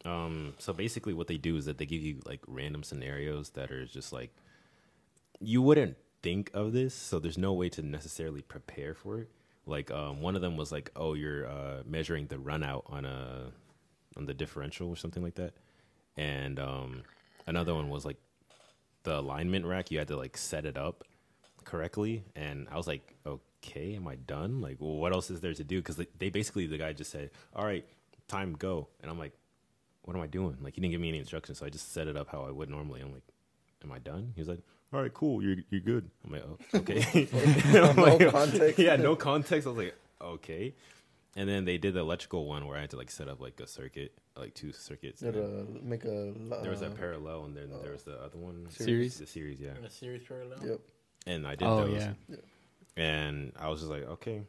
Speaker 3: um, so basically, what they do is that they give you like random scenarios that are just like you wouldn't think of this, so there's no way to necessarily prepare for it. Like, um, one of them was like, "Oh, you're uh, measuring the run out on a on the differential or something like that," and um, another one was like the alignment rack. You had to like set it up correctly, and I was like, "Okay, am I done? Like, well, what else is there to do?" Because they, they basically the guy just said, "All right, time go," and I'm like, "What am I doing?" Like, he didn't give me any instructions, so I just set it up how I would normally. I'm like, "Am I done?" He was like, "All right, cool. You're you're good." I'm like, "Oh, okay." [LAUGHS]
Speaker 4: [LAUGHS] No context.
Speaker 3: Yeah, no context. I was like, "Okay." And then they did the electrical one where I had to like set up like a circuit, like two circuits.
Speaker 4: Did
Speaker 3: and then
Speaker 4: uh, make a. Uh,
Speaker 3: there was that parallel, and then there was the other one
Speaker 2: Series?
Speaker 3: The series, yeah.
Speaker 1: In a series parallel.
Speaker 4: Yep.
Speaker 3: And I did
Speaker 2: oh
Speaker 3: those
Speaker 2: yeah.
Speaker 3: and I was just like, okay,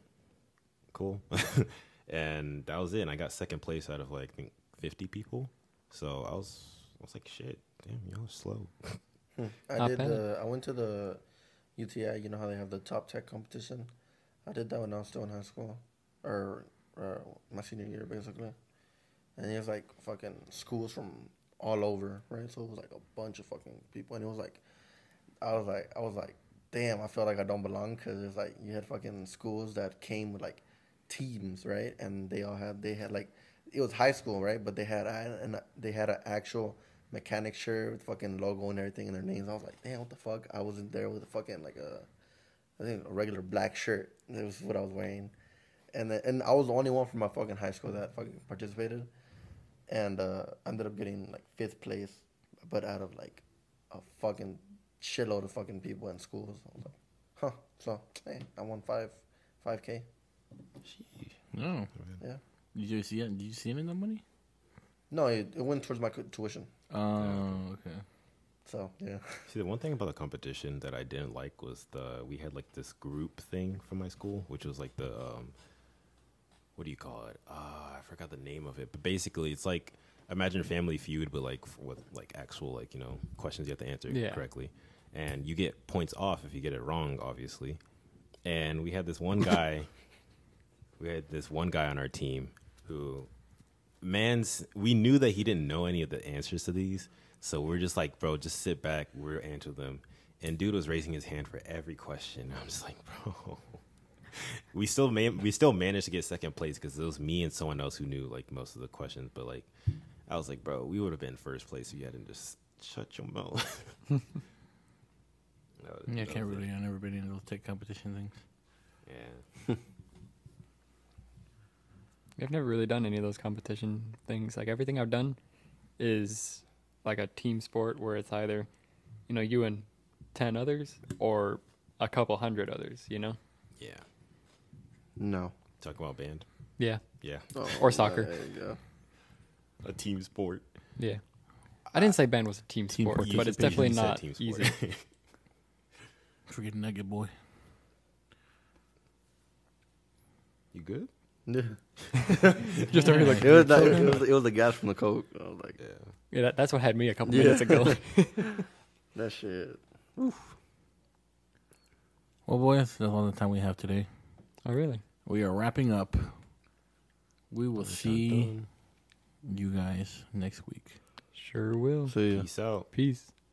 Speaker 3: cool. [LAUGHS] and that was it. And I got second place out of like I think fifty people. So I was, I was like, shit, damn, y'all are slow.
Speaker 4: I
Speaker 2: Not
Speaker 4: did.
Speaker 2: bad.
Speaker 4: The, I went to the UTI. You know how they have the top tech competition. I did that when I was still in high school, or, or my senior year basically. And it was like fucking schools from all over, right? So it was like a bunch of fucking people, and it was like, I was like, I was like, damn, I felt like I don't belong because it's like you had fucking schools that came with like teams, right? And they all had they had like it was high school, right? But they had and they had an actual mechanic shirt with fucking logo and everything and their names. I was like, damn, what the fuck? I wasn't there with a fucking like a I think a regular black shirt. That was what I was wearing, and then, and I was the only one from my fucking high school that fucking participated, and uh, ended up getting like fifth place, but out of like a fucking shitload of fucking people in schools. I was like, huh. So hey, I won five, five k.
Speaker 1: No.
Speaker 4: Yeah.
Speaker 1: Oh. Did you see it? Did you see him in the money?
Speaker 4: No, it, it went towards my co- tuition.
Speaker 1: Oh, okay.
Speaker 4: So yeah.
Speaker 3: See, the one thing about the competition that I didn't like was the we had like this group thing from my school, which was like the um, what do you call it? Ah, I forgot the name of it, but basically, it's like imagine Family Feud, but like f- with like actual like you know questions you have to answer
Speaker 2: Yeah.
Speaker 3: correctly, and you get points off if you get it wrong, obviously. And we had this one guy, we had this one guy on our team who man's we knew that he didn't know any of the answers to these so we're just like bro just sit back we'll answer them and dude was raising his hand for every question i'm just like [LAUGHS] bro we still man- we still managed to get second place because it was me and someone else who knew like most of the questions but like i was like bro we would have been first place if you hadn't just shut your mouth [LAUGHS] That was-
Speaker 1: Yeah, I
Speaker 3: that
Speaker 1: can't
Speaker 3: was it.
Speaker 1: really. I never been into those tech competition things.
Speaker 3: yeah
Speaker 2: I've never really done any of those competition things. Like everything I've done is like a team sport where it's either, you know, you and ten others or a couple hundred others. You know.
Speaker 3: yeah
Speaker 4: No.
Speaker 3: talk about band
Speaker 2: Yeah.
Speaker 3: yeah
Speaker 2: [LAUGHS] Or soccer.
Speaker 4: There you go.
Speaker 3: a team sport
Speaker 2: Yeah. I didn't say band was a team
Speaker 1: Team
Speaker 2: sport,
Speaker 1: sport,
Speaker 2: but
Speaker 3: You
Speaker 2: it's
Speaker 3: said- you
Speaker 2: definitely
Speaker 3: said
Speaker 2: not
Speaker 3: team sport. [LAUGHS]
Speaker 2: easy. [LAUGHS]
Speaker 1: Forget Nugget Boy.
Speaker 3: you good
Speaker 2: Just over here like
Speaker 4: It
Speaker 2: [LAUGHS]
Speaker 4: was, that, it was it was the gas from the coke. I was like,
Speaker 3: yeah
Speaker 2: yeah, that, that's what had me a couple
Speaker 4: Yeah.
Speaker 2: minutes ago.
Speaker 4: that shit.
Speaker 1: Well, boys, that's all the time we have today.
Speaker 2: oh really?
Speaker 1: We are wrapping up. We will see you guys next week.
Speaker 2: Sure will.
Speaker 4: So yeah.
Speaker 3: peace out
Speaker 2: Peace.